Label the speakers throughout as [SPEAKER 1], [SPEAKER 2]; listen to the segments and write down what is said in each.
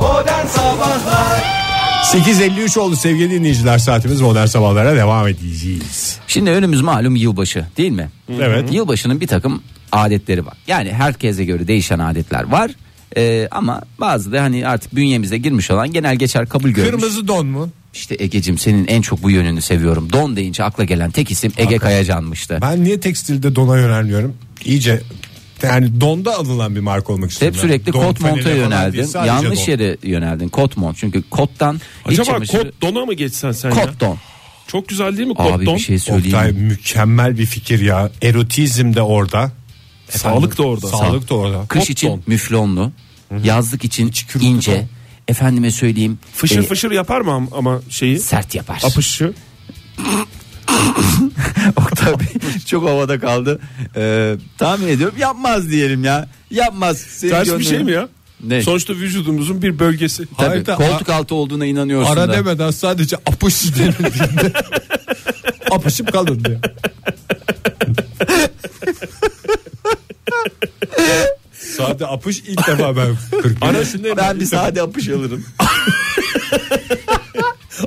[SPEAKER 1] Oh, Sabahlar
[SPEAKER 2] 8.53 oldu sevgili dinleyiciler saatimiz modern sabahlara devam edeceğiz.
[SPEAKER 3] Şimdi önümüz malum yılbaşı değil mi?
[SPEAKER 2] Evet.
[SPEAKER 3] Yılbaşının bir takım adetleri var. Yani herkese göre değişen adetler var. Ee, ama bazı da hani artık bünyemize girmiş olan genel geçer kabul görmüş.
[SPEAKER 2] Kırmızı don mu?
[SPEAKER 3] İşte Ege'cim senin en çok bu yönünü seviyorum. Don deyince akla gelen tek isim Ege Kayacan'mıştı.
[SPEAKER 2] Ben niye tekstilde dona yönelmiyorum? İyice yani donda alınan bir marka olmak istiyorum.
[SPEAKER 3] Hep
[SPEAKER 2] ben.
[SPEAKER 3] sürekli
[SPEAKER 2] Don,
[SPEAKER 3] kot monta
[SPEAKER 2] fanile falan değil,
[SPEAKER 3] yöneldin.
[SPEAKER 2] sadece
[SPEAKER 3] Yanlış
[SPEAKER 2] don.
[SPEAKER 3] yere yöneldin. Kot mont. Çünkü kottan iç
[SPEAKER 4] Acaba
[SPEAKER 3] çamaşırı-
[SPEAKER 4] kot dona mı geçsen sen ya?
[SPEAKER 3] kot don.
[SPEAKER 4] Çok güzel değil mi kot
[SPEAKER 3] Abi
[SPEAKER 4] don?
[SPEAKER 3] bir şey söyleyeyim.
[SPEAKER 2] Oktay
[SPEAKER 3] mi?
[SPEAKER 2] mükemmel bir fikir ya. Erotizm de orada.
[SPEAKER 4] Sağlık da orada.
[SPEAKER 2] Sağlık da orada.
[SPEAKER 3] Kış
[SPEAKER 4] Kot
[SPEAKER 3] için
[SPEAKER 4] don.
[SPEAKER 3] müflonlu. Yazlık için
[SPEAKER 2] kürklü
[SPEAKER 3] ince.
[SPEAKER 2] don.
[SPEAKER 3] Efendime söyleyeyim.
[SPEAKER 4] Fışır
[SPEAKER 3] e,
[SPEAKER 4] fışır yapar mı am- ama şeyi?
[SPEAKER 3] Sert yapar.
[SPEAKER 4] Apışı.
[SPEAKER 3] Oktay Bey çok havada kaldı. Ee, tahmin ediyorum yapmaz diyelim ya. Yapmaz. Senin
[SPEAKER 4] Ters bir
[SPEAKER 3] gönlünü-
[SPEAKER 4] şey mi ya?
[SPEAKER 3] Ne?
[SPEAKER 4] Sonuçta vücudumuzun bir bölgesi.
[SPEAKER 3] Tabii,
[SPEAKER 2] Hayda,
[SPEAKER 3] koltuk altı olduğuna inanıyorsun
[SPEAKER 2] Ara
[SPEAKER 3] da.
[SPEAKER 2] demeden sadece apış denildiğinde apışıp kalır diyor. Sade apış ilk defa ben 40
[SPEAKER 4] Ara şunu hemen.
[SPEAKER 3] Ben bir sade apış alırım.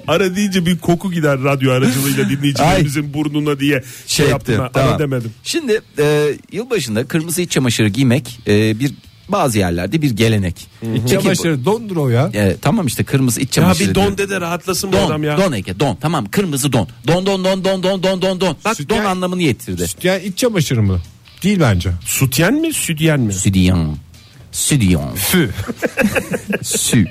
[SPEAKER 4] Ara deyince bir koku gider radyo aracılığıyla dinleyicilerimizin burnuna diye şey, yaptım.
[SPEAKER 3] ettim,
[SPEAKER 4] ben.
[SPEAKER 3] tamam.
[SPEAKER 4] Ara demedim.
[SPEAKER 3] Şimdi e, yılbaşında kırmızı iç çamaşırı giymek e, bir bazı yerlerde bir gelenek.
[SPEAKER 2] Hmm.
[SPEAKER 3] İç
[SPEAKER 2] Çamaşırı dondur o ya.
[SPEAKER 3] tamam işte kırmızı iç
[SPEAKER 4] Ya
[SPEAKER 3] çamaşırı.
[SPEAKER 4] bir
[SPEAKER 3] şey diyorum.
[SPEAKER 4] don de de rahatlasın bu
[SPEAKER 3] don,
[SPEAKER 4] adam ya.
[SPEAKER 3] don Ege don tamam kırmızı don. Don don don don don don don don. Bak
[SPEAKER 2] Sütyen-
[SPEAKER 3] don anlamını getirdi.
[SPEAKER 2] Ya iç çamaşırı mı? Değil bence.
[SPEAKER 4] Sütyen mi südyen mi?
[SPEAKER 3] Südyan. Südyan.
[SPEAKER 2] Fü.
[SPEAKER 3] Sü.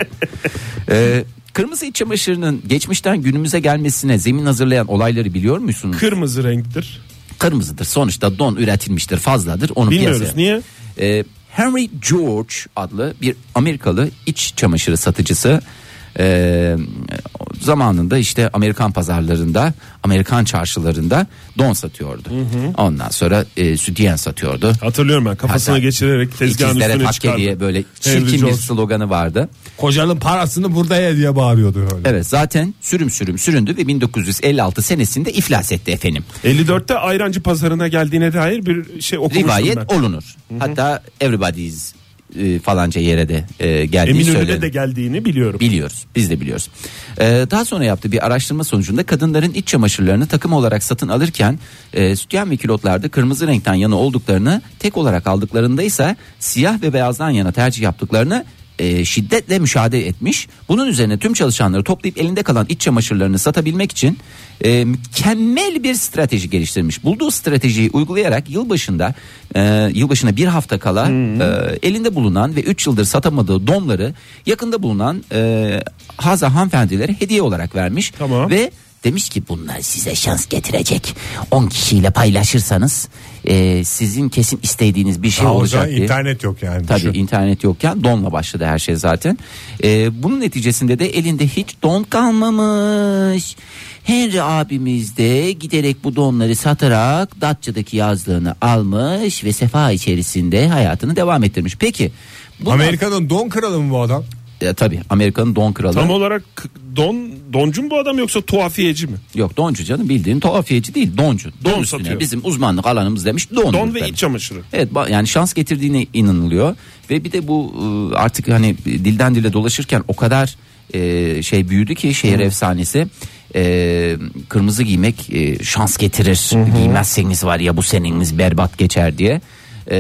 [SPEAKER 3] Ee, kırmızı iç çamaşırının geçmişten günümüze gelmesine zemin hazırlayan olayları biliyor musunuz?
[SPEAKER 4] Kırmızı renktir.
[SPEAKER 3] Kırmızıdır. Sonuçta don üretilmiştir, fazladır. Onu
[SPEAKER 4] Bilmiyoruz.
[SPEAKER 3] piyasaya-
[SPEAKER 4] Niye?
[SPEAKER 3] Ee, Henry George adlı bir Amerikalı iç çamaşırı satıcısı ee, zamanında işte Amerikan pazarlarında, Amerikan çarşılarında don satıyordu. Ondan sonra e, sütyen satıyordu.
[SPEAKER 4] Hatırlıyorum ben kafasına
[SPEAKER 3] Hatta
[SPEAKER 4] geçirerek tezgahın
[SPEAKER 3] İkizlere
[SPEAKER 4] üstüne
[SPEAKER 3] Hakkari'ye
[SPEAKER 4] çıkardı.
[SPEAKER 3] böyle
[SPEAKER 4] Henry
[SPEAKER 3] çirkin bir
[SPEAKER 4] George.
[SPEAKER 3] sloganı vardı.
[SPEAKER 2] Kocanın parasını burada ye diye bağırıyordu öyle.
[SPEAKER 3] Evet zaten sürüm sürüm süründü ve 1956 senesinde iflas etti efendim.
[SPEAKER 4] 54'te ayrancı pazarına geldiğine dair bir şey okumuştum
[SPEAKER 3] Rivayet
[SPEAKER 4] ben.
[SPEAKER 3] olunur. Hatta everybody's e, falanca yere de e, geldiği söylenir.
[SPEAKER 4] Eminönü'ne de geldiğini biliyorum.
[SPEAKER 3] Biliyoruz biz de biliyoruz. Ee, daha sonra yaptığı bir araştırma sonucunda kadınların iç çamaşırlarını takım olarak satın alırken e, sütyen ve külotlarda kırmızı renkten yana olduklarını tek olarak aldıklarında ise siyah ve beyazdan yana tercih yaptıklarını e, şiddetle müşahede etmiş. Bunun üzerine tüm çalışanları toplayıp elinde kalan iç çamaşırlarını satabilmek için e, mükemmel bir strateji geliştirmiş. Bulduğu stratejiyi uygulayarak yılbaşında e, yılbaşına bir hafta kala e, elinde bulunan ve 3 yıldır satamadığı donları yakında bulunan e, Haza hanımefendilere hediye olarak vermiş.
[SPEAKER 4] Tamam.
[SPEAKER 3] Ve demiş ki bunlar size şans getirecek. 10 kişiyle paylaşırsanız e, sizin kesin istediğiniz bir şey
[SPEAKER 2] Ha, o
[SPEAKER 3] olacak
[SPEAKER 2] zaman
[SPEAKER 3] diye.
[SPEAKER 2] internet yok yani.
[SPEAKER 3] Tabii
[SPEAKER 2] düşün.
[SPEAKER 3] internet yokken donla başladı her şey zaten. Ee, bunun neticesinde de elinde hiç don kalmamış. Henry abimiz de giderek bu donları satarak Datça'daki yazlığını almış ve sefa içerisinde hayatını devam ettirmiş. Peki. bundan-
[SPEAKER 2] Amerika'nın don kralı mı bu adam?
[SPEAKER 3] E, tabii Amerika'nın don kralı.
[SPEAKER 4] Tam olarak don doncu mu bu adam yoksa tuhafiyeci mi?
[SPEAKER 3] Yok doncu canım bildiğin tuhafiyeci değil doncu. Don,
[SPEAKER 4] Don
[SPEAKER 3] üstüne
[SPEAKER 4] satıyor.
[SPEAKER 3] Bizim uzmanlık alanımız demiş don.
[SPEAKER 4] Don ve
[SPEAKER 3] demiş.
[SPEAKER 4] iç çamaşırı.
[SPEAKER 3] Evet ba- yani şans getirdiğine inanılıyor ve bir de bu e, artık hani dilden dile dolaşırken o kadar e, şey büyüdü ki şehir efsanesi E, kırmızı giymek e, şans getirir giymezseniz var ya bu seniniz berbat geçer diye. E,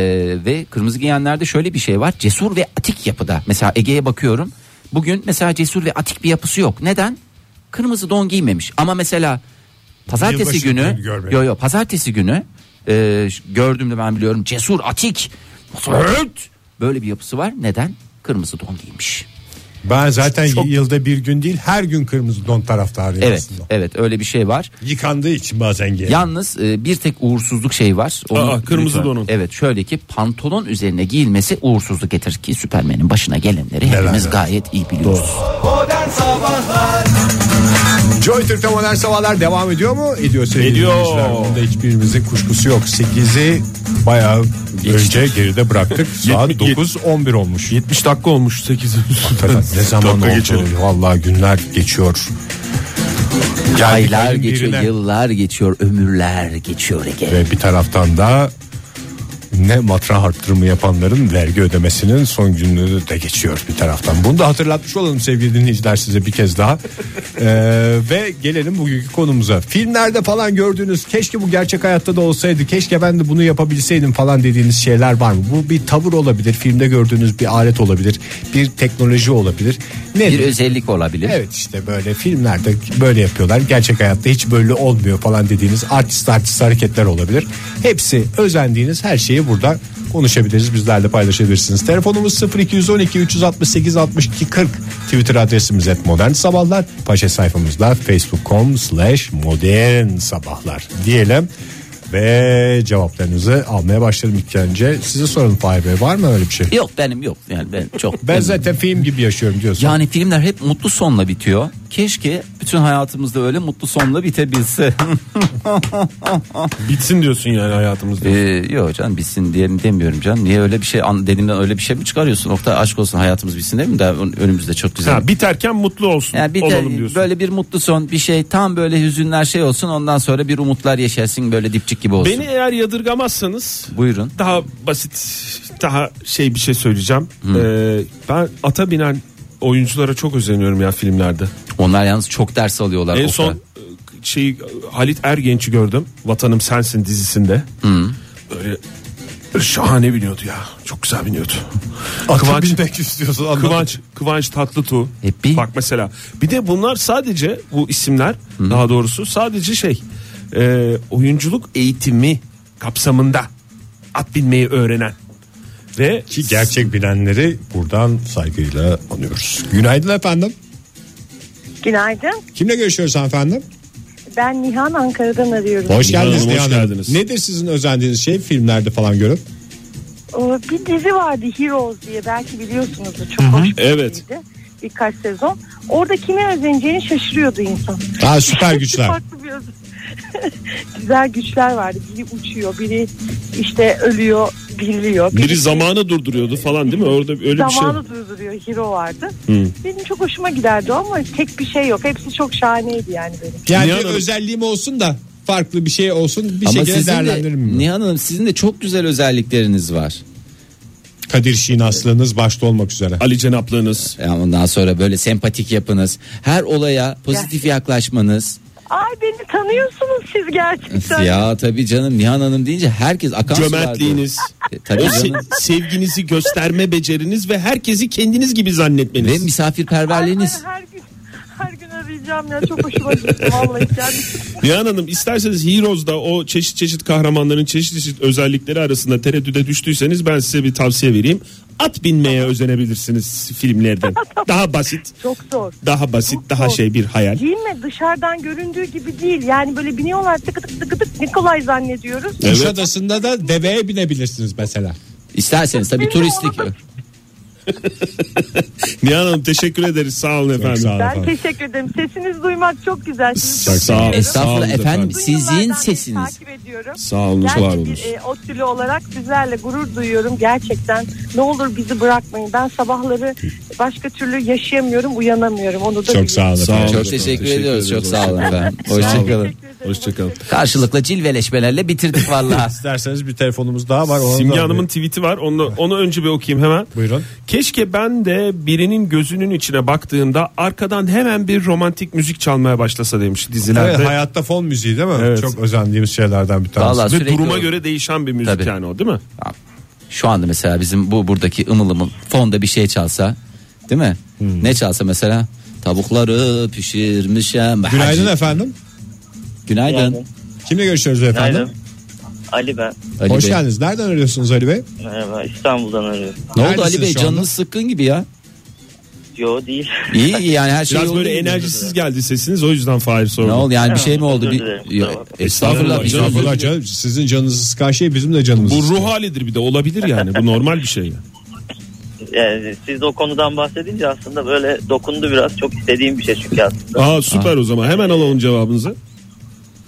[SPEAKER 3] ve kırmızı giyenlerde şöyle bir şey var cesur ve atik yapıda mesela Ege'ye bakıyorum bugün mesela cesur ve atik bir yapısı yok neden kırmızı don giymemiş ama mesela pazartesi
[SPEAKER 2] Yılbaşı
[SPEAKER 3] günü
[SPEAKER 2] günü görmedim.
[SPEAKER 3] yo yo pazartesi günü e, ş- gördüm de ben biliyorum cesur atik Evet. böyle bir yapısı var neden kırmızı don giymiş
[SPEAKER 2] Ben zaten
[SPEAKER 4] Çok-
[SPEAKER 2] yılda bir gün değil her gün kırmızı don taraftarıyım
[SPEAKER 3] evet
[SPEAKER 2] aslında.
[SPEAKER 3] evet öyle bir şey var
[SPEAKER 2] Yıkandığı için bazen giyerim.
[SPEAKER 3] yalnız e, bir tek uğursuzluk şeyi var
[SPEAKER 4] Aa, kırmızı
[SPEAKER 3] lütfen-
[SPEAKER 4] donun.
[SPEAKER 3] evet şöyle ki pantolon üzerine giyilmesi uğursuzluk getirir ki Süpermen'in başına gelenleri
[SPEAKER 2] Neler
[SPEAKER 3] hepimiz
[SPEAKER 2] neler.
[SPEAKER 3] gayet iyi biliyoruz
[SPEAKER 1] Modern Sabahlar
[SPEAKER 2] Joy Türk'te modern sabahlar devam ediyor mu? Ediyor sevgili
[SPEAKER 4] Ediyor.
[SPEAKER 2] dinleyiciler. Bunda hiçbirimizin kuşkusu yok. 8'i bayağı önce geride bıraktık. Saat
[SPEAKER 4] Yetmiş-
[SPEAKER 2] 9.11 olmuş.
[SPEAKER 4] 70 dakika olmuş 8
[SPEAKER 2] Hakikaten ne zaman
[SPEAKER 4] Dakika
[SPEAKER 2] oldu?
[SPEAKER 4] geçelim.
[SPEAKER 2] Vallahi günler geçiyor. Geldik
[SPEAKER 3] aylar
[SPEAKER 2] ayın
[SPEAKER 3] geçiyor
[SPEAKER 2] birine.
[SPEAKER 3] yıllar geçiyor ömürler geçiyor Ege
[SPEAKER 2] Ve bir taraftan da ne matrah arttırımı yapanların vergi ödemesinin son gününü de geçiyor bir taraftan. Bunu da hatırlatmış olalım sevgili dinleyiciler size bir kez daha. Ee, ve gelelim bugünkü konumuza. Filmlerde falan gördüğünüz keşke bu gerçek hayatta da olsaydı keşke ben de bunu yapabilseydim falan dediğiniz şeyler var mı? Bu bir tavır olabilir filmde gördüğünüz bir alet olabilir bir teknoloji olabilir. Nedir?
[SPEAKER 3] Bir özellik olabilir.
[SPEAKER 2] Evet işte böyle filmlerde böyle yapıyorlar. Gerçek hayatta hiç böyle olmuyor falan dediğiniz artist artist hareketler olabilir. Hepsi özendiğiniz her şeyi burada konuşabiliriz. Bizlerle paylaşabilirsiniz. Telefonumuz 0212 368 62 40. Twitter adresimiz et modern sabahlar. Paşa sayfamızda facebook.com slash modern sabahlar diyelim. Ve cevaplarınızı almaya başlarım ilk önce. Size soralım Fahir Bey var mı öyle bir şey?
[SPEAKER 3] Yok benim yok. Yani ben çok.
[SPEAKER 2] Ben zaten film gibi yaşıyorum diyorsun.
[SPEAKER 3] Yani filmler hep mutlu sonla bitiyor. Keşke bütün hayatımızda öyle mutlu sonla bitebilse.
[SPEAKER 4] Bitsin diyorsun yani hayatımızda.
[SPEAKER 3] ee, yok canım bitsin diye demiyorum canım. Niye öyle bir şey an- dediğimden öyle bir şey mi çıkarıyorsun? Nokta aşk olsun hayatımız bitsin değil mi? Daha ön- önümüzde çok güzel.
[SPEAKER 4] Ha, biterken mutlu olsun
[SPEAKER 3] yani bir de
[SPEAKER 4] olalım diyorsun.
[SPEAKER 3] böyle bir mutlu son bir şey tam böyle hüzünler şey olsun ondan sonra bir umutlar yaşarsın böyle dipçik gibi olsun.
[SPEAKER 4] Beni eğer yadırgamazsanız
[SPEAKER 3] Buyurun.
[SPEAKER 4] daha basit daha şey bir şey söyleyeceğim. Ee, ben ata binen oyunculara çok özeniyorum ya filmlerde.
[SPEAKER 3] Onlar yalnız çok ders alıyorlar. Oktay.
[SPEAKER 4] en son e, şey Halit Ergenç'i gördüm. Vatanım Sensin dizisinde. Böyle şahane biniyordu ya. Çok güzel biniyordu.
[SPEAKER 2] Atı
[SPEAKER 4] Kıvanç-
[SPEAKER 2] bilmek istiyorsun anladım.
[SPEAKER 4] Kıvanç Kıvanç Tatlıtuğ.
[SPEAKER 3] E, bir-
[SPEAKER 4] Bak mesela. Bir de bunlar sadece bu isimler daha doğrusu sadece şey e, oyunculuk eğitimi kapsamında at binmeyi öğrenen ve
[SPEAKER 2] Ki gerçek bilenleri buradan saygıyla anıyoruz. Günaydın efendim.
[SPEAKER 5] Günaydın.
[SPEAKER 2] Kimle görüşüyoruz efendim?
[SPEAKER 5] Ben Nihan Ankara'dan arıyorum.
[SPEAKER 2] Hoş
[SPEAKER 4] Günaydın,
[SPEAKER 2] geldiniz.
[SPEAKER 4] hoş
[SPEAKER 2] Nihan Hanım.
[SPEAKER 4] geldiniz.
[SPEAKER 2] Nedir sizin özendiğiniz şey filmlerde falan görüp?
[SPEAKER 5] Ee, Bir dizi vardı Heroes diye belki biliyorsunuzdur. Çok hoş bir
[SPEAKER 4] Evet.
[SPEAKER 5] diziydi. Birkaç sezon. Orada kime özeneceğini şaşırıyordu insan.
[SPEAKER 2] Daha süper güçler.
[SPEAKER 5] Farklı bir özen- Güzel güçler vardı. Biri uçuyor, biri işte ölüyor, diriliyor.
[SPEAKER 4] biri zamanı durduruyordu falan değil mi? Orada öyle bir şey.
[SPEAKER 5] zamanı durduruyor hero vardı. Benim çok hoşuma giderdi o ama tek bir şey yok. Hepsi çok şahaneydi yani benim.
[SPEAKER 2] Yani
[SPEAKER 4] Nihan Hanım.
[SPEAKER 2] özelliğim olsun da farklı bir şey olsun bir
[SPEAKER 3] Ama
[SPEAKER 2] şekilde
[SPEAKER 3] sizin
[SPEAKER 2] değerlendiririm.
[SPEAKER 3] de,
[SPEAKER 2] bunu.
[SPEAKER 3] Nihan Hanım sizin de çok güzel özellikleriniz var.
[SPEAKER 2] Kadir Şirin aslınız başta olmak üzere.
[SPEAKER 4] Ali Cenaplığınız.
[SPEAKER 3] Ya Ondan sonra böyle sempatik yapınız. Her olaya pozitif yaklaşmanız.
[SPEAKER 5] Ay beni tanıyorsunuz siz gerçekten.
[SPEAKER 3] Ya tabii canım Nihan Hanım deyince herkes akan sular
[SPEAKER 4] Cömertliğiniz.
[SPEAKER 3] diyor. E,
[SPEAKER 4] O
[SPEAKER 3] tabii
[SPEAKER 4] se-
[SPEAKER 3] canım.
[SPEAKER 4] sevginizi gösterme beceriniz ve herkesi kendiniz gibi
[SPEAKER 3] Ve
[SPEAKER 4] zannetmeniz.
[SPEAKER 3] misafirperverliğiniz.
[SPEAKER 5] Ay, ay, Her gün her gün arayacağım ya çok hoşuma gitti vallahi gerçekten.
[SPEAKER 4] Nihan Hanım isterseniz Heroes'da o çeşit çeşit kahramanların çeşit çeşit özellikleri arasında tereddüde düştüyseniz ben size bir tavsiye vereyim. At binmeye özenebilirsiniz filmlerden. Daha basit.
[SPEAKER 5] Çok zor.
[SPEAKER 4] Daha basit,
[SPEAKER 5] Çok
[SPEAKER 4] daha
[SPEAKER 5] zor.
[SPEAKER 4] şey bir hayal.
[SPEAKER 5] Değil mi? Dışarıdan göründüğü gibi değil. Yani böyle biniyorlar tıkı tık tıkı tık ne kolay zannediyoruz.
[SPEAKER 4] Evet.
[SPEAKER 2] Kuşadası'nda da deveye binebilirsiniz mesela.
[SPEAKER 3] İsterseniz tabii turistik.
[SPEAKER 4] Nihan Hanım teşekkür ederiz. Sağ olun efendim.
[SPEAKER 2] sağ olun.
[SPEAKER 5] Ben teşekkür ederim. Sesiniz duymak çok güzel. Sizi çok
[SPEAKER 4] Çok sağ olun.
[SPEAKER 5] seviyorum.
[SPEAKER 4] Sağ olun
[SPEAKER 3] Estağfurullah efendim
[SPEAKER 4] efendim.
[SPEAKER 5] Uzun
[SPEAKER 3] sizin
[SPEAKER 5] yıllardan beri
[SPEAKER 3] sesiniz.
[SPEAKER 5] Takip ediyorum.
[SPEAKER 4] Sağ olun,
[SPEAKER 5] Gerçi
[SPEAKER 4] var
[SPEAKER 5] bir,
[SPEAKER 4] olun.
[SPEAKER 5] e, otülü olarak sizlerle gurur duyuyorum gerçekten. Ne olur bizi bırakmayın. Ben sabahları başka türlü yaşayamıyorum, uyanamıyorum. Onu da
[SPEAKER 2] Çok
[SPEAKER 5] biliyorum.
[SPEAKER 2] sağ olun.
[SPEAKER 4] Sağ
[SPEAKER 2] efendim.
[SPEAKER 4] olun.
[SPEAKER 3] Çok
[SPEAKER 4] efendim.
[SPEAKER 3] teşekkür
[SPEAKER 4] Teşekkür
[SPEAKER 3] ediyoruz. Çok
[SPEAKER 4] ediyoruz.
[SPEAKER 3] sağ olun efendim. Hoşçakalın.
[SPEAKER 5] Teşekkür ederim.
[SPEAKER 4] Hoşçakalın.
[SPEAKER 3] Karşılıklı cilveleşmelerle bitirdik vallahi.
[SPEAKER 2] İsterseniz bir telefonumuz daha var. ona
[SPEAKER 4] Simge
[SPEAKER 2] da-
[SPEAKER 4] Hanım'ın tweet'i var. Onu, onu önce bir okuyayım hemen.
[SPEAKER 2] Buyurun.
[SPEAKER 4] Keşke ben de birinin gözünün içine baktığımda arkadan hemen bir romantik müzik çalmaya başlasa demiş dizilerde.
[SPEAKER 2] Evet, hayatta fon müziği değil mi?
[SPEAKER 4] Evet.
[SPEAKER 2] Çok özendiğimiz şeylerden bir tanesi.
[SPEAKER 3] Vallahi
[SPEAKER 4] Ve
[SPEAKER 3] sürekli
[SPEAKER 4] duruma
[SPEAKER 3] o-
[SPEAKER 4] göre değişen bir müzik
[SPEAKER 3] Tabii.
[SPEAKER 4] yani o değil mi?
[SPEAKER 3] Şu anda mesela bizim bu buradaki ımıl ımıl fonda bir şey çalsa değil mi? Ne çalsa mesela? Tavukları pişirmişem.
[SPEAKER 2] Günaydın
[SPEAKER 3] Hacı-
[SPEAKER 2] efendim.
[SPEAKER 3] Günaydın.
[SPEAKER 6] Günaydın.
[SPEAKER 2] Kimle görüşüyoruz efendim?
[SPEAKER 6] Günaydın. Ali ben.
[SPEAKER 3] Ali
[SPEAKER 2] Hoş
[SPEAKER 3] Bey.
[SPEAKER 2] geldiniz. Nereden arıyorsunuz Ali Bey?
[SPEAKER 6] Merhaba. İstanbul'dan arıyorum.
[SPEAKER 3] Ne oldu
[SPEAKER 2] Neredesiniz
[SPEAKER 3] Ali Bey
[SPEAKER 2] şu anda?
[SPEAKER 3] canınız sıkkın gibi ya.
[SPEAKER 6] Yo değil.
[SPEAKER 3] İyi iyi yani her şey
[SPEAKER 4] Biraz
[SPEAKER 3] oldu.
[SPEAKER 4] böyle enerjisiz geldi sesiniz o yüzden Fahir sordu.
[SPEAKER 3] Ne oldu yani bir şey mi oldu?
[SPEAKER 6] özür
[SPEAKER 3] Bir...
[SPEAKER 6] dilerim.
[SPEAKER 3] Yo,
[SPEAKER 6] Tamam.
[SPEAKER 3] Estağfurullah.
[SPEAKER 4] Estağfurullah,
[SPEAKER 3] bir şey
[SPEAKER 4] canım.
[SPEAKER 3] oldu.
[SPEAKER 2] Estağfurullah canım. Sizin canınızı sıkan şey bizim de canımızı
[SPEAKER 4] Bu
[SPEAKER 2] sıkıyor.
[SPEAKER 4] ruh halidir bir de olabilir yani bu normal bir şey.
[SPEAKER 6] Yani siz de o konudan bahsedince aslında böyle dokundu biraz. Çok istediğim bir şey çünkü aslında.
[SPEAKER 4] Aa süper o zaman hemen alalım cevabınızı.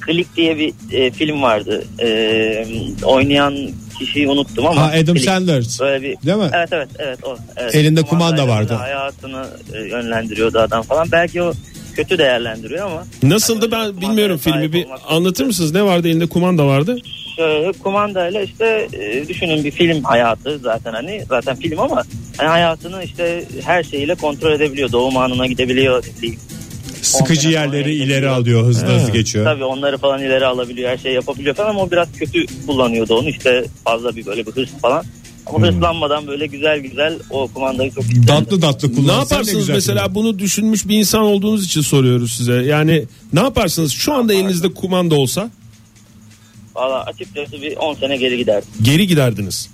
[SPEAKER 6] Click diye bir e, film vardı. E, oynayan kişiyi unuttum ama.
[SPEAKER 2] Ha Adam
[SPEAKER 6] Click.
[SPEAKER 2] Sandler.
[SPEAKER 6] Böyle bir,
[SPEAKER 2] Değil mi?
[SPEAKER 6] Evet evet evet o. Evet.
[SPEAKER 2] Elinde kumanda
[SPEAKER 6] Kumandayla
[SPEAKER 2] vardı.
[SPEAKER 6] Hayatını e, yönlendiriyordu adam falan. Belki o kötü değerlendiriyor ama
[SPEAKER 4] Nasıldı ben bilmiyorum filmi bir anlatır mısınız? Ne vardı elinde kumanda vardı?
[SPEAKER 6] şöyle Ee, kumandayla işte e, düşünün bir film hayatı zaten hani zaten film ama hani hayatını işte her şeyiyle kontrol edebiliyor. Doğum anına gidebiliyor.
[SPEAKER 2] Sıkıcı
[SPEAKER 6] sene sonra
[SPEAKER 2] yerleri
[SPEAKER 6] geçiyor.
[SPEAKER 2] ileri alıyor hızlı hızlı geçiyor.
[SPEAKER 6] Tabii onları falan ileri alabiliyor. Her şeyi yapabiliyor falan ama o biraz kötü kullanıyordu onu. işte fazla bir böyle bir hırs falan. Ama
[SPEAKER 3] Hmm.
[SPEAKER 6] hırslanmadan böyle güzel güzel o kumandayı çok istedim.
[SPEAKER 2] Tatlı tatlı
[SPEAKER 4] Ne
[SPEAKER 2] kullansan
[SPEAKER 4] yaparsınız
[SPEAKER 2] güzel
[SPEAKER 4] mesela
[SPEAKER 2] kullan.
[SPEAKER 4] bunu düşünmüş bir insan olduğunuz için soruyoruz size. Yani ne yaparsınız şu anda elinizde kumanda olsa
[SPEAKER 6] Valla açıkçası bir 10 sene geri giderdim.
[SPEAKER 4] geri giderdiniz.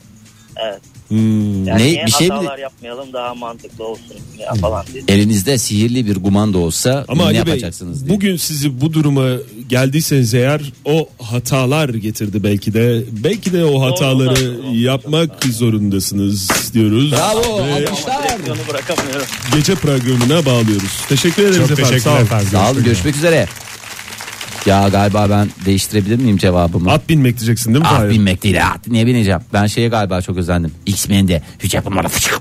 [SPEAKER 6] Evet.
[SPEAKER 4] Hmm.
[SPEAKER 6] Yani
[SPEAKER 3] Ne-
[SPEAKER 6] niye
[SPEAKER 3] bir şey bile-
[SPEAKER 6] hatalar yapmayalım daha mantıklı olsun ya falan diye.
[SPEAKER 3] Elinizde sihirli bir kumanda olsa
[SPEAKER 4] Ama
[SPEAKER 3] ne
[SPEAKER 4] Ali Bey
[SPEAKER 3] yapacaksınız diye.
[SPEAKER 4] bugün sizi bu duruma geldiyseniz eğer o hatalar getirdi belki de. Belki de o hataları
[SPEAKER 6] Doğru, doğru.
[SPEAKER 4] yapmak zorundasınız diyoruz.
[SPEAKER 3] Bravo.
[SPEAKER 4] Ve
[SPEAKER 6] Ama
[SPEAKER 3] alkışlar.
[SPEAKER 6] direksiyonu bırakamıyorum.
[SPEAKER 4] gece programına bağlıyoruz. Teşekkür ederiz
[SPEAKER 2] Çok
[SPEAKER 4] efendim. Sağ
[SPEAKER 2] teşekkürler
[SPEAKER 4] olun.
[SPEAKER 2] efendim.
[SPEAKER 3] Sağ olun görüşmek üzere. Ya galiba ben değiştirebilir miyim cevabımı?
[SPEAKER 4] At binmek diyeceksin değil mi?
[SPEAKER 3] Ah
[SPEAKER 4] Fahir?
[SPEAKER 3] binmek değil at. Ne bineceğim? Ben şeye galiba çok özendim. X-Men'de hücre numara fışık.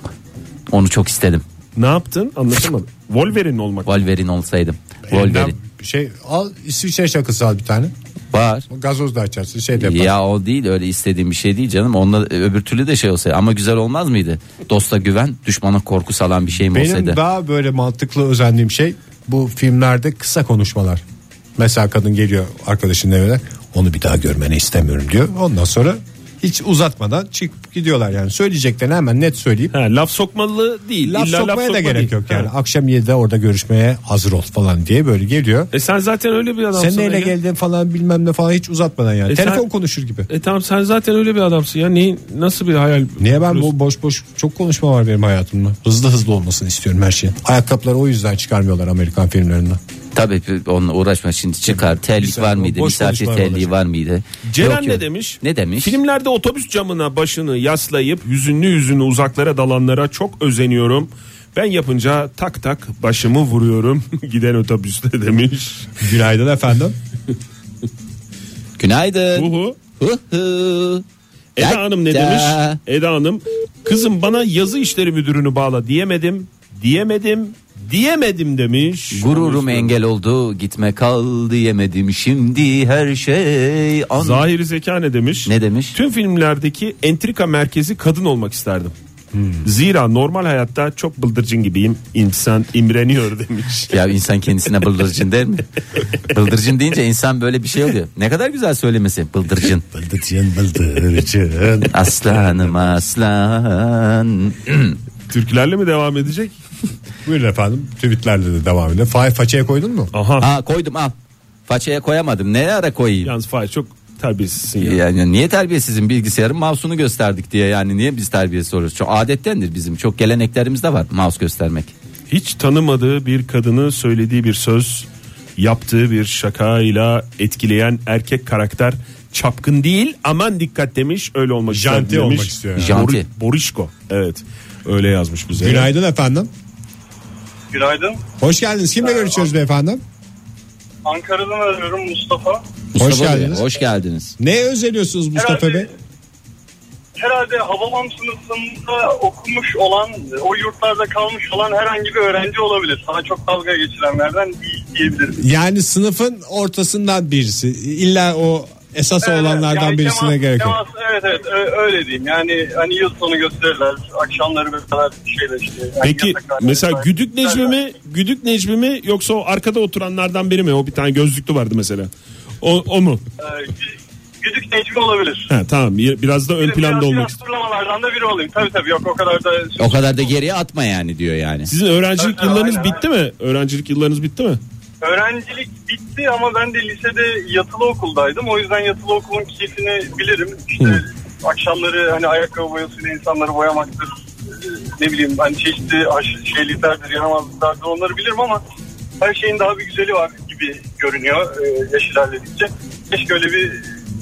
[SPEAKER 3] Onu çok istedim.
[SPEAKER 4] Ne yaptın anlatamadım. Wolverine olmak.
[SPEAKER 3] Wolverine olsaydım.
[SPEAKER 2] Elinden
[SPEAKER 3] Wolverine.
[SPEAKER 2] bir şey al İsviçre şakası al bir tane.
[SPEAKER 3] Var.
[SPEAKER 2] Gazoz da açarsın şey de yaparsın.
[SPEAKER 3] Ya o değil öyle istediğim bir şey değil canım. Onunla öbür türlü de şey olsaydı ama güzel olmaz mıydı? Dosta güven, düşmana korku salan bir şeyim
[SPEAKER 2] Benim
[SPEAKER 3] olsaydı.
[SPEAKER 2] daha böyle mantıklı özendiğim şey bu filmlerde kısa konuşmalar. Mesela kadın geliyor arkadaşının evine onu bir daha görmeni istemiyorum diyor. Ondan sonra hiç uzatmadan çıkıp gidiyorlar yani. Söyleyeceklerini hemen net söyleyip
[SPEAKER 4] Ha, laf sokmalı değil.
[SPEAKER 2] laf
[SPEAKER 4] İlla
[SPEAKER 2] sokmaya da
[SPEAKER 4] sokma
[SPEAKER 2] gerek
[SPEAKER 4] değil.
[SPEAKER 2] yok yani.
[SPEAKER 4] Ha.
[SPEAKER 2] Akşam 7'de orada görüşmeye hazır ol falan diye böyle geliyor.
[SPEAKER 4] E sen zaten öyle bir adamsın. E,
[SPEAKER 2] Sen neyle
[SPEAKER 4] Ege.
[SPEAKER 2] geldin falan bilmem ne falan hiç uzatmadan yani.
[SPEAKER 4] E sen-
[SPEAKER 2] Telefon konuşur gibi.
[SPEAKER 4] E tamam sen zaten öyle bir adamsın ya. Neyin, nasıl bir hayal?
[SPEAKER 2] Niye ben
[SPEAKER 4] kuruyorsun?
[SPEAKER 2] bu boş boş çok konuşma var benim hayatımda. Hızlı hızlı olmasını istiyorum her şeyin. Ayakkabıları o yüzden çıkarmıyorlar Amerikan filmlerinden.
[SPEAKER 3] Tabii onunla uğraşma şimdi çıkar. Terlik
[SPEAKER 2] saniye,
[SPEAKER 3] var mıydı?
[SPEAKER 2] boş
[SPEAKER 3] Misafir
[SPEAKER 2] konuşmalar
[SPEAKER 3] terliği
[SPEAKER 2] olacak.
[SPEAKER 3] var mıydı?
[SPEAKER 4] Ceren
[SPEAKER 3] Yok,
[SPEAKER 4] ne
[SPEAKER 3] yok.
[SPEAKER 4] demiş?
[SPEAKER 3] Ne demiş?
[SPEAKER 4] Filmlerde otobüs camına başını yaslayıp hüzünlü yüzünü uzaklara dalanlara çok özeniyorum. Ben yapınca tak tak başımı vuruyorum giden otobüste demiş.
[SPEAKER 2] Günaydın efendim.
[SPEAKER 3] Günaydın.
[SPEAKER 4] Uhu.
[SPEAKER 3] Hı hı.
[SPEAKER 4] Eda
[SPEAKER 3] Ya-
[SPEAKER 4] Hanım ne
[SPEAKER 3] Ya.
[SPEAKER 4] demiş? Eda Hanım kızım bana yazı işleri müdürünü bağla diyemedim. Diyemedim. Diyemedim demiş.
[SPEAKER 3] Gururum engel oldu gitme kal diyemedim şimdi her şey an...
[SPEAKER 4] Zahiri zeka ne demiş?
[SPEAKER 3] Ne demiş?
[SPEAKER 4] Tüm filmlerdeki entrika merkezi kadın olmak isterdim. Zira normal hayatta çok bıldırcın gibiyim. İnsan imreniyor demiş.
[SPEAKER 3] Ya insan kendisine bıldırcın der mi? bıldırcın deyince insan böyle bir şey oluyor. Ne kadar güzel söylemesi bıldırcın.
[SPEAKER 2] Bıldırcın bıldırcın.
[SPEAKER 3] Aslanım aslan.
[SPEAKER 4] Türklerle mi devam edecek?
[SPEAKER 2] Buyurun efendim tweetlerle de devam edelim. Fahir façaya koydun mu?
[SPEAKER 4] Aha.
[SPEAKER 3] Ha koydum al. Façaya koyamadım. Ne ara koyayım?
[SPEAKER 4] Yalnız Fahir çok terbiyesizsin ya.
[SPEAKER 3] Yani niye terbiyesizim bilgisayarın mouse'unu gösterdik diye yani niye biz terbiye soruyoruz? Çok adettendir bizim. Çok geleneklerimizde var mouse göstermek.
[SPEAKER 4] Hiç tanımadığı bir kadını söylediği bir söz, yaptığı bir şakayla etkileyen erkek karakter çapkın değil aman dikkat demiş öyle olmak isterdim
[SPEAKER 2] Janti
[SPEAKER 4] demiş.
[SPEAKER 2] olmak istiyor yani.
[SPEAKER 3] Janti.
[SPEAKER 4] Bori- Borişko evet öyle yazmış bize.
[SPEAKER 2] Günaydın efendim.
[SPEAKER 7] Günaydın.
[SPEAKER 2] Hoş geldiniz. Kimle görüşüyoruz beyefendim?
[SPEAKER 7] Ankara'dan arıyorum Mustafa.
[SPEAKER 2] Hoş
[SPEAKER 3] Mustafa Bey,
[SPEAKER 2] geldiniz.
[SPEAKER 3] Hoş geldiniz.
[SPEAKER 2] Neye özeniyorsunuz Mustafa
[SPEAKER 7] Herhalde-
[SPEAKER 2] Bey?
[SPEAKER 7] Herhalde havaliman sınıfında okumuş olan, o yurtlarda kalmış olan herhangi bir öğrenci olabilir. Sana çok dalga geçilenlerden değil diyebilirim.
[SPEAKER 2] Yani sınıfın ortasından birisi. İlla o esas olanlardan
[SPEAKER 7] Yani
[SPEAKER 2] birisine
[SPEAKER 7] temas-
[SPEAKER 2] gerek yok.
[SPEAKER 7] temas- evet evet ö- öyle diyeyim. Yani hani yıl sonu gösterirler. Akşamları beraber şeyler işte. Yani
[SPEAKER 4] Peki
[SPEAKER 7] yatakhanede
[SPEAKER 4] mesela
[SPEAKER 7] falan.
[SPEAKER 4] Güdük Necmi mi? Güdük Necmi mi yoksa o arkada oturanlardan biri mi? O bir tane gözlüklü vardı mesela. O, o mu?
[SPEAKER 7] Ee, gü- Güdük Necmi olabilir.
[SPEAKER 4] Ha, tamam y- biraz da ön planda
[SPEAKER 7] biraz,
[SPEAKER 4] olmak
[SPEAKER 7] biraz
[SPEAKER 4] istiyorum.
[SPEAKER 7] fırlamalardan da biri olayım. Tabii tabii yok o kadar da...
[SPEAKER 3] O kadar da geriye atma yani diyor yani.
[SPEAKER 4] Sizin öğrencilik
[SPEAKER 7] Evet, evet,
[SPEAKER 4] yıllarınız
[SPEAKER 7] aynen,
[SPEAKER 4] bitti mi? Öğrencilik yıllarınız bitti mi?
[SPEAKER 7] Öğrencilik bitti ama ben de lisede yatılı okuldaydım. O yüzden yatılı okulun keyfini bilirim. İşte akşamları hani ayakkabı boyasıyla insanları boyamaktır. Ee, Ne bileyim ben çeşitli aş- şeyliklerdir, yanamazlıklardır onları bilirim ama her şeyin daha bir güzeli var gibi görünüyor e, yaş ilerledikçe. Keşke öyle bir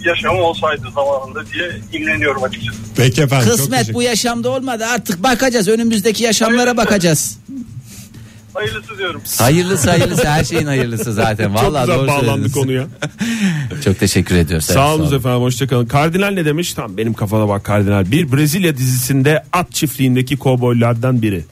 [SPEAKER 7] yaşamım olsaydı zamanında diye imleniyorum açıkçası.
[SPEAKER 2] Peki efendim. çok
[SPEAKER 3] Kısmet bu yaşamda olmadı artık bakacağız önümüzdeki yaşamlara bakacağız.
[SPEAKER 7] Hayırlısı diyorum.
[SPEAKER 3] Hayırlısı hayırlısı her şeyin hayırlısı zaten. Vallahi
[SPEAKER 4] Çok
[SPEAKER 3] doğru
[SPEAKER 4] güzel bağlandı
[SPEAKER 3] söylediniz.
[SPEAKER 4] konuya.
[SPEAKER 3] Çok teşekkür ediyoruz.
[SPEAKER 4] Sağ olun efendim hoşçakalın. Kardinal ne demiş? Tam benim kafana bak kardinal. Bir Brezilya dizisinde at çiftliğindeki kovboylardan biri.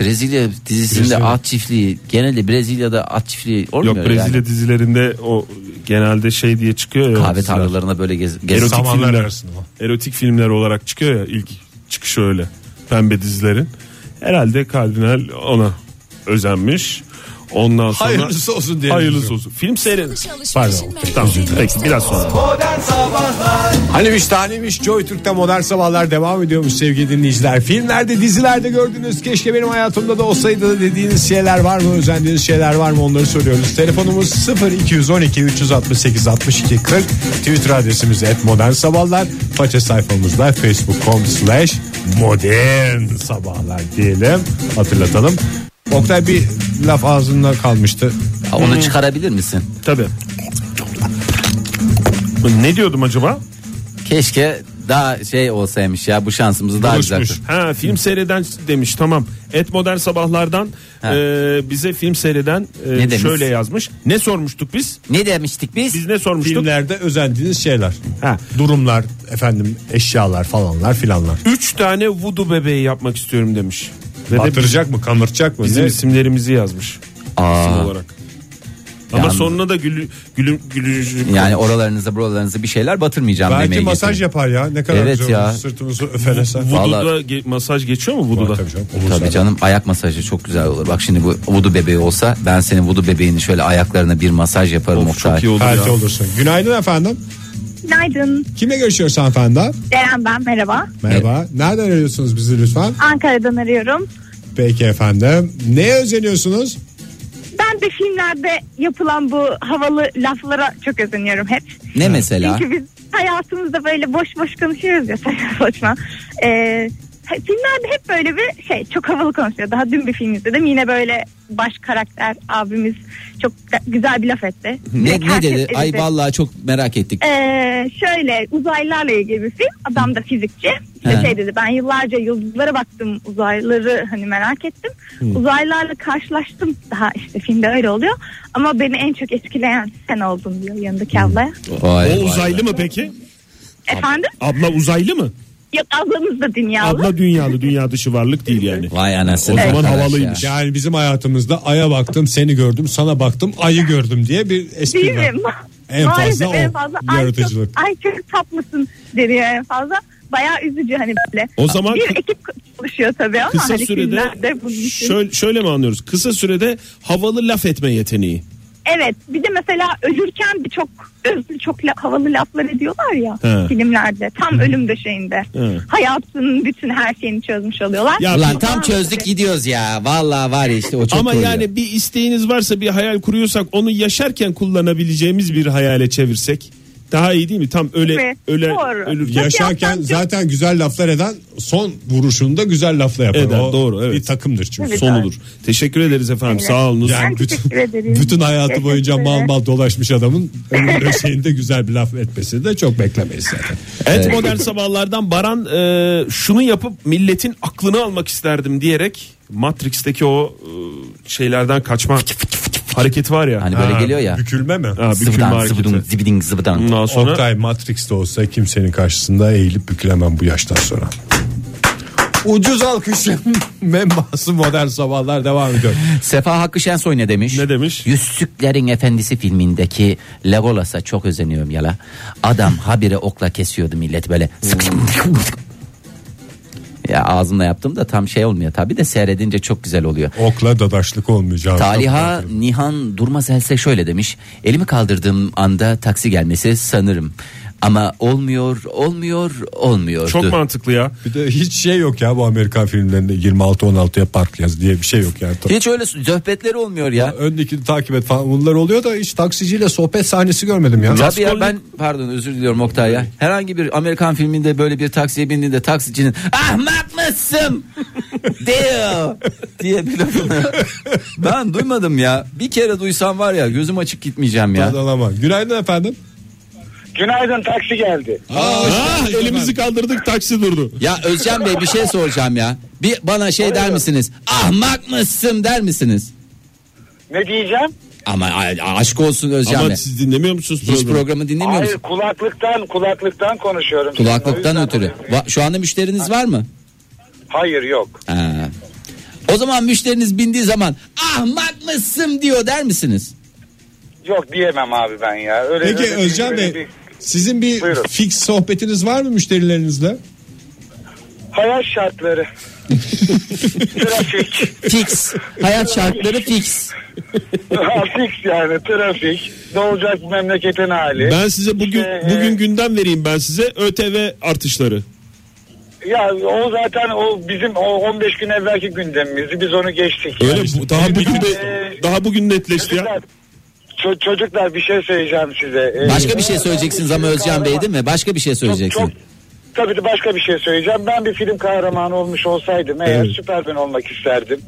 [SPEAKER 3] Brezilya dizisinde
[SPEAKER 2] Brezilya.
[SPEAKER 3] at çiftliği genelde Brezilya'da at çiftliği olmuyor
[SPEAKER 4] Yok Brezilya
[SPEAKER 3] yani.
[SPEAKER 4] dizilerinde o genelde şey diye çıkıyor ya.
[SPEAKER 3] Kahve
[SPEAKER 4] diziler.
[SPEAKER 3] tarlalarına böyle gez, gez-
[SPEAKER 4] Erotik
[SPEAKER 2] Samanlar
[SPEAKER 4] filmler.
[SPEAKER 2] arasında mı?
[SPEAKER 4] Erotik filmler olarak çıkıyor ya ilk çıkışı öyle. Pembe dizilerin. Herhalde kardinal ona özenmiş. Ondan sonra
[SPEAKER 2] Hayırlısı olsun diye
[SPEAKER 4] Hayırlısı
[SPEAKER 2] düşünüyorum.
[SPEAKER 4] olsun. Film seyredin.
[SPEAKER 2] Pardon.
[SPEAKER 4] Tamam. Peki biraz sonra.
[SPEAKER 1] Modern Sabahlar
[SPEAKER 2] Hanimiş Hani tanemiş Joy Türk'te modern sabahlar devam ediyormuş sevgili dinleyiciler. Filmlerde dizilerde gördüğünüz keşke benim hayatımda da olsaydı dediğiniz şeyler var mı? Özendiğiniz şeyler var mı? Onları soruyoruz. Telefonumuz 0212 368 62 40. Twitter adresimiz et modern sabahlar. Faça sayfamızda facebook.com slash modern sabahlar diyelim. Hatırlatalım. Oktay bir laf ağzında kalmıştı.
[SPEAKER 3] Onu çıkarabilir misin?
[SPEAKER 4] Tabii. Ne diyordum acaba?
[SPEAKER 3] Keşke daha şey olsaymış ya bu şansımızı daha güzel.
[SPEAKER 4] Buluşmuş. Ha film seyreden demiş tamam. Et modern sabahlardan
[SPEAKER 3] Ha.
[SPEAKER 4] e, bize film seyreden e,
[SPEAKER 3] Ne demiş?
[SPEAKER 4] şöyle yazmış. Ne sormuştuk biz?
[SPEAKER 3] Ne demiştik biz?
[SPEAKER 4] Biz ne sormuştuk?
[SPEAKER 2] Filmlerde özendiğiniz şeyler.
[SPEAKER 4] Ha.
[SPEAKER 2] Durumlar, efendim eşyalar falanlar filanlar.
[SPEAKER 4] Üç tane vudu bebeği yapmak istiyorum demiş. Ve de
[SPEAKER 2] Batıracak mı kanırtacak mı?
[SPEAKER 4] bizim
[SPEAKER 2] Ne?
[SPEAKER 4] isimlerimizi yazmış. İsim
[SPEAKER 3] Aa,
[SPEAKER 4] olarak. Ama
[SPEAKER 3] Yani-
[SPEAKER 4] sonuna da gülü, gülüm, gülücük
[SPEAKER 3] yani oralarınıza buralarınıza bir şeyler batırmayacağım
[SPEAKER 2] Belki
[SPEAKER 3] demeye
[SPEAKER 2] masaj
[SPEAKER 3] getirdim.
[SPEAKER 2] yapar ya. Ne kadar
[SPEAKER 3] Evet
[SPEAKER 2] güzel
[SPEAKER 3] ya.
[SPEAKER 2] olur. Sırtımızı öfelesen.
[SPEAKER 4] Vudu'da
[SPEAKER 3] Vallahi-
[SPEAKER 4] ge- masaj geçiyor mu Vudu'da?
[SPEAKER 2] Tabii canım. Olur
[SPEAKER 3] Tabii
[SPEAKER 2] zaten.
[SPEAKER 3] canım ayak masajı çok güzel olur. Bak şimdi bu vudu bebeği olsa ben senin vudu bebeğini şöyle ayaklarına bir masaj yaparım
[SPEAKER 4] Of,
[SPEAKER 3] Oktay.
[SPEAKER 4] çok iyi olur ya.
[SPEAKER 2] Harika olursun. Günaydın efendim.
[SPEAKER 8] Günaydın.
[SPEAKER 2] Kimle görüşüyoruz hanımefendi?
[SPEAKER 8] Deren ben merhaba.
[SPEAKER 2] Merhaba. Nereden arıyorsunuz bizi lütfen?
[SPEAKER 8] Ankara'dan arıyorum.
[SPEAKER 2] Peki efendim. Neye özeniyorsunuz?
[SPEAKER 8] Ben de filmlerde yapılan bu havalı laflara çok özeniyorum hep.
[SPEAKER 3] Ne mesela?
[SPEAKER 8] Çünkü biz hayatımızda böyle boş boş konuşuyoruz ya saçma saçma. Ee, filmlerde hep böyle bir şey çok havalı konuşuyor. Daha dün bir film izledim yine böyle baş karakter abimiz çok da- güzel bir laf etti.
[SPEAKER 3] Ne,
[SPEAKER 8] Direkt
[SPEAKER 3] ne
[SPEAKER 8] herkes
[SPEAKER 3] dedi? Ay
[SPEAKER 8] elinde.
[SPEAKER 3] vallahi çok merak ettik.
[SPEAKER 8] Ee, şöyle uzaylılarla ilgili bir film. Adam da fizikçi. İşte
[SPEAKER 3] He.
[SPEAKER 8] şey dedi ben yıllarca yıldızlara baktım uzaylıları hani merak ettim.
[SPEAKER 4] Hmm.
[SPEAKER 8] Uzaylılarla karşılaştım daha işte filmde öyle oluyor. Ama beni en çok etkileyen sen oldun diyor
[SPEAKER 4] Hmm.
[SPEAKER 8] yanındaki ablaya.
[SPEAKER 3] Vay,
[SPEAKER 4] O
[SPEAKER 3] vay,
[SPEAKER 4] uzaylı mı peki?
[SPEAKER 8] Efendim?
[SPEAKER 4] Abla uzaylı mı?
[SPEAKER 8] Yok ablamız da dünyalı.
[SPEAKER 4] Abla dünyalı, dünya dışı varlık değil yani.
[SPEAKER 3] Vay anasını.
[SPEAKER 4] O zaman
[SPEAKER 3] arkadaş ya.
[SPEAKER 4] havalıymış.
[SPEAKER 2] Yani bizim hayatımızda aya baktım seni gördüm sana baktım ayı gördüm diye bir
[SPEAKER 8] Değil
[SPEAKER 2] espri
[SPEAKER 8] mi?
[SPEAKER 2] var. En
[SPEAKER 8] Maalesef
[SPEAKER 2] fazla
[SPEAKER 8] en
[SPEAKER 2] o.
[SPEAKER 8] fazla ay çok,
[SPEAKER 2] Yaratıcılık.
[SPEAKER 8] ay çok tatlısın deniyor en fazla. Bayağı üzücü hani böyle.
[SPEAKER 4] O zaman
[SPEAKER 8] bir
[SPEAKER 4] kı-
[SPEAKER 8] ekip çalışıyor tabii ama
[SPEAKER 4] kısa
[SPEAKER 8] hani
[SPEAKER 4] sürede
[SPEAKER 8] filmlerde bunun için-
[SPEAKER 4] şöyle, şöyle mi anlıyoruz? Kısa sürede havalı laf etme yeteneği.
[SPEAKER 8] Evet bir de mesela ölürken de çok özlü çok la- havalı laflar ediyorlar ya
[SPEAKER 4] He.
[SPEAKER 8] filmlerde tam ölüm döşeğinde
[SPEAKER 4] He.
[SPEAKER 8] hayatının bütün her şeyini çözmüş oluyorlar.
[SPEAKER 4] Ya
[SPEAKER 3] Ulan tam çözdük gidiyoruz ya. Vallahi var ya işte o çok
[SPEAKER 4] Ama
[SPEAKER 3] doğru ya.
[SPEAKER 4] yani bir isteğiniz varsa bir hayal kuruyorsak onu yaşarken kullanabileceğimiz bir hayale çevirsek daha iyi değil mi? Tam öyle
[SPEAKER 8] Değil mi?
[SPEAKER 4] öyle
[SPEAKER 8] Doğru.
[SPEAKER 4] ölür.
[SPEAKER 8] Ya-
[SPEAKER 2] Yaşarken
[SPEAKER 8] yapsam-
[SPEAKER 2] zaten güzel laflar eden son vuruşunda güzel lafla yapar.
[SPEAKER 4] Eder,
[SPEAKER 2] O
[SPEAKER 4] doğru, evet.
[SPEAKER 2] Bir takımdır çünkü.
[SPEAKER 8] Evet,
[SPEAKER 4] son
[SPEAKER 8] evet.
[SPEAKER 4] olur. Teşekkür ederiz efendim. Sağ olunuz.
[SPEAKER 2] Yani
[SPEAKER 8] ben teşekkür ederim.
[SPEAKER 2] Bütün hayatı
[SPEAKER 8] Teşekkür
[SPEAKER 2] boyunca mal
[SPEAKER 8] ederim.
[SPEAKER 2] mal dolaşmış adamın ömür döşeğinde güzel bir laf etmesini de çok beklemeyiz zaten.
[SPEAKER 4] Et modern sabahlardan Baran e, şunu yapıp milletin aklını almak isterdim diyerek Matrix'teki o e, şeylerden kaçma hareketi var ya.
[SPEAKER 3] Hani böyle geliyor ya.
[SPEAKER 2] Bükülme mi?
[SPEAKER 4] Ha, bükülme
[SPEAKER 3] Zıbıdan
[SPEAKER 4] hareketi.
[SPEAKER 3] zıbıdın zibidin zıbıdan.
[SPEAKER 4] Ondan sonra
[SPEAKER 2] Oktay Matrix'te olsa kimsenin karşısında eğilip bükülemem bu yaştan sonra. Ucuz alkışın membası modern sabahlar devam ediyor.
[SPEAKER 3] Sefa Hakkı Şensoy ne demiş?
[SPEAKER 4] Ne demiş?
[SPEAKER 3] Yüzsüklerin Efendisi filmindeki Legolas'a çok özeniyorum yala. Adam habire okla kesiyordu millet böyle.
[SPEAKER 4] Hmm.
[SPEAKER 3] Sık sık sık sık. ya ağzımla yaptım da tam şey olmuyor tabi de seyredince çok güzel oluyor.
[SPEAKER 2] Okla dadaşlık olmayacağını.
[SPEAKER 3] Taliha Nihan Durmaz Else şöyle demiş. Elimi kaldırdığım anda taksi gelmesi sanırım. Ama olmuyor, olmuyor, olmuyordu.
[SPEAKER 4] çok mantıklı ya.
[SPEAKER 2] Bir de hiç şey yok ya bu Amerikan filmlerinde 26-16'ya parklayacağız diye bir şey yok yani.
[SPEAKER 3] Hiç öyle zöhbetleri olmuyor ya.
[SPEAKER 2] Öndekini takip et falan bunlar oluyor da hiç taksiciyle sohbet sahnesi görmedim ya.
[SPEAKER 3] Tabii ya ben pardon özür diliyorum Oktay ya. Herhangi bir Amerikan filminde böyle bir taksiye bindiğinde taksicinin ahmak mısın diyor diye bir lafını. Ben duymadım ya. Bir kere duysam var ya gözüm açık gitmeyeceğim ya.
[SPEAKER 2] Pardon ama. Günaydın efendim.
[SPEAKER 9] Günaydın taksi geldi.
[SPEAKER 4] Ah, elimizi kaldırdık taksi durdu.
[SPEAKER 3] Ya Özcan Bey bir şey soracağım ya. Bir bana şey der misiniz? Ahmak mısın der misiniz?
[SPEAKER 9] Ne diyeceğim?
[SPEAKER 3] Ama a- aşk olsun Özcan
[SPEAKER 4] Ama
[SPEAKER 3] Bey.
[SPEAKER 4] siz dinlemiyor musunuz
[SPEAKER 3] şey Hiç
[SPEAKER 4] programı?
[SPEAKER 3] programı dinlemiyor
[SPEAKER 9] Hayır
[SPEAKER 3] musunuz?
[SPEAKER 9] kulaklıktan kulaklıktan konuşuyorum. O
[SPEAKER 3] Kulaklıktan
[SPEAKER 9] yüzden
[SPEAKER 3] ötürü.
[SPEAKER 9] dolayı-
[SPEAKER 3] Va- Şu anda müşteriniz var mı?
[SPEAKER 9] Hayır yok.
[SPEAKER 3] Ha. O zaman müşteriniz bindiği zaman ahmak mısın diyor der misiniz?
[SPEAKER 9] Yok diyemem abi ben ya. Öyle,
[SPEAKER 2] Peki
[SPEAKER 9] öyle bir-
[SPEAKER 2] Özcan
[SPEAKER 9] öyle
[SPEAKER 2] Bey
[SPEAKER 9] bir-
[SPEAKER 2] sizin bir
[SPEAKER 9] Buyurun.
[SPEAKER 2] fix sohbetiniz var mı müşterilerinizle?
[SPEAKER 9] Hayat şartları. trafik.
[SPEAKER 3] Fix. Hayat şartları fix.
[SPEAKER 9] trafik yani trafik. Ne olacak bu memleketin hali.
[SPEAKER 4] Ben size bugün
[SPEAKER 9] İşte, e,
[SPEAKER 4] bugün gündem vereyim ben size ÖTV artışları.
[SPEAKER 9] Ya o zaten o bizim o 15 gün evvelki gündemimizdi. Biz onu geçtik.
[SPEAKER 4] Öyle
[SPEAKER 9] Yani
[SPEAKER 4] bu- daha bugün de
[SPEAKER 9] Ee,
[SPEAKER 4] daha bugün netleşti ya.
[SPEAKER 9] Çocuklar, ço- çocuklar bir şey söyleyeceğim size. Ee,
[SPEAKER 3] Başka bir şey söyleyeceksiniz ama Özcan Bey değil mi? Başka bir şey söyleyeceksin.
[SPEAKER 9] Çok, tabii de başka bir şey söyleyeceğim. Ben bir film kahramanı olmuş olsaydım eğer Süpermen olmak isterdim.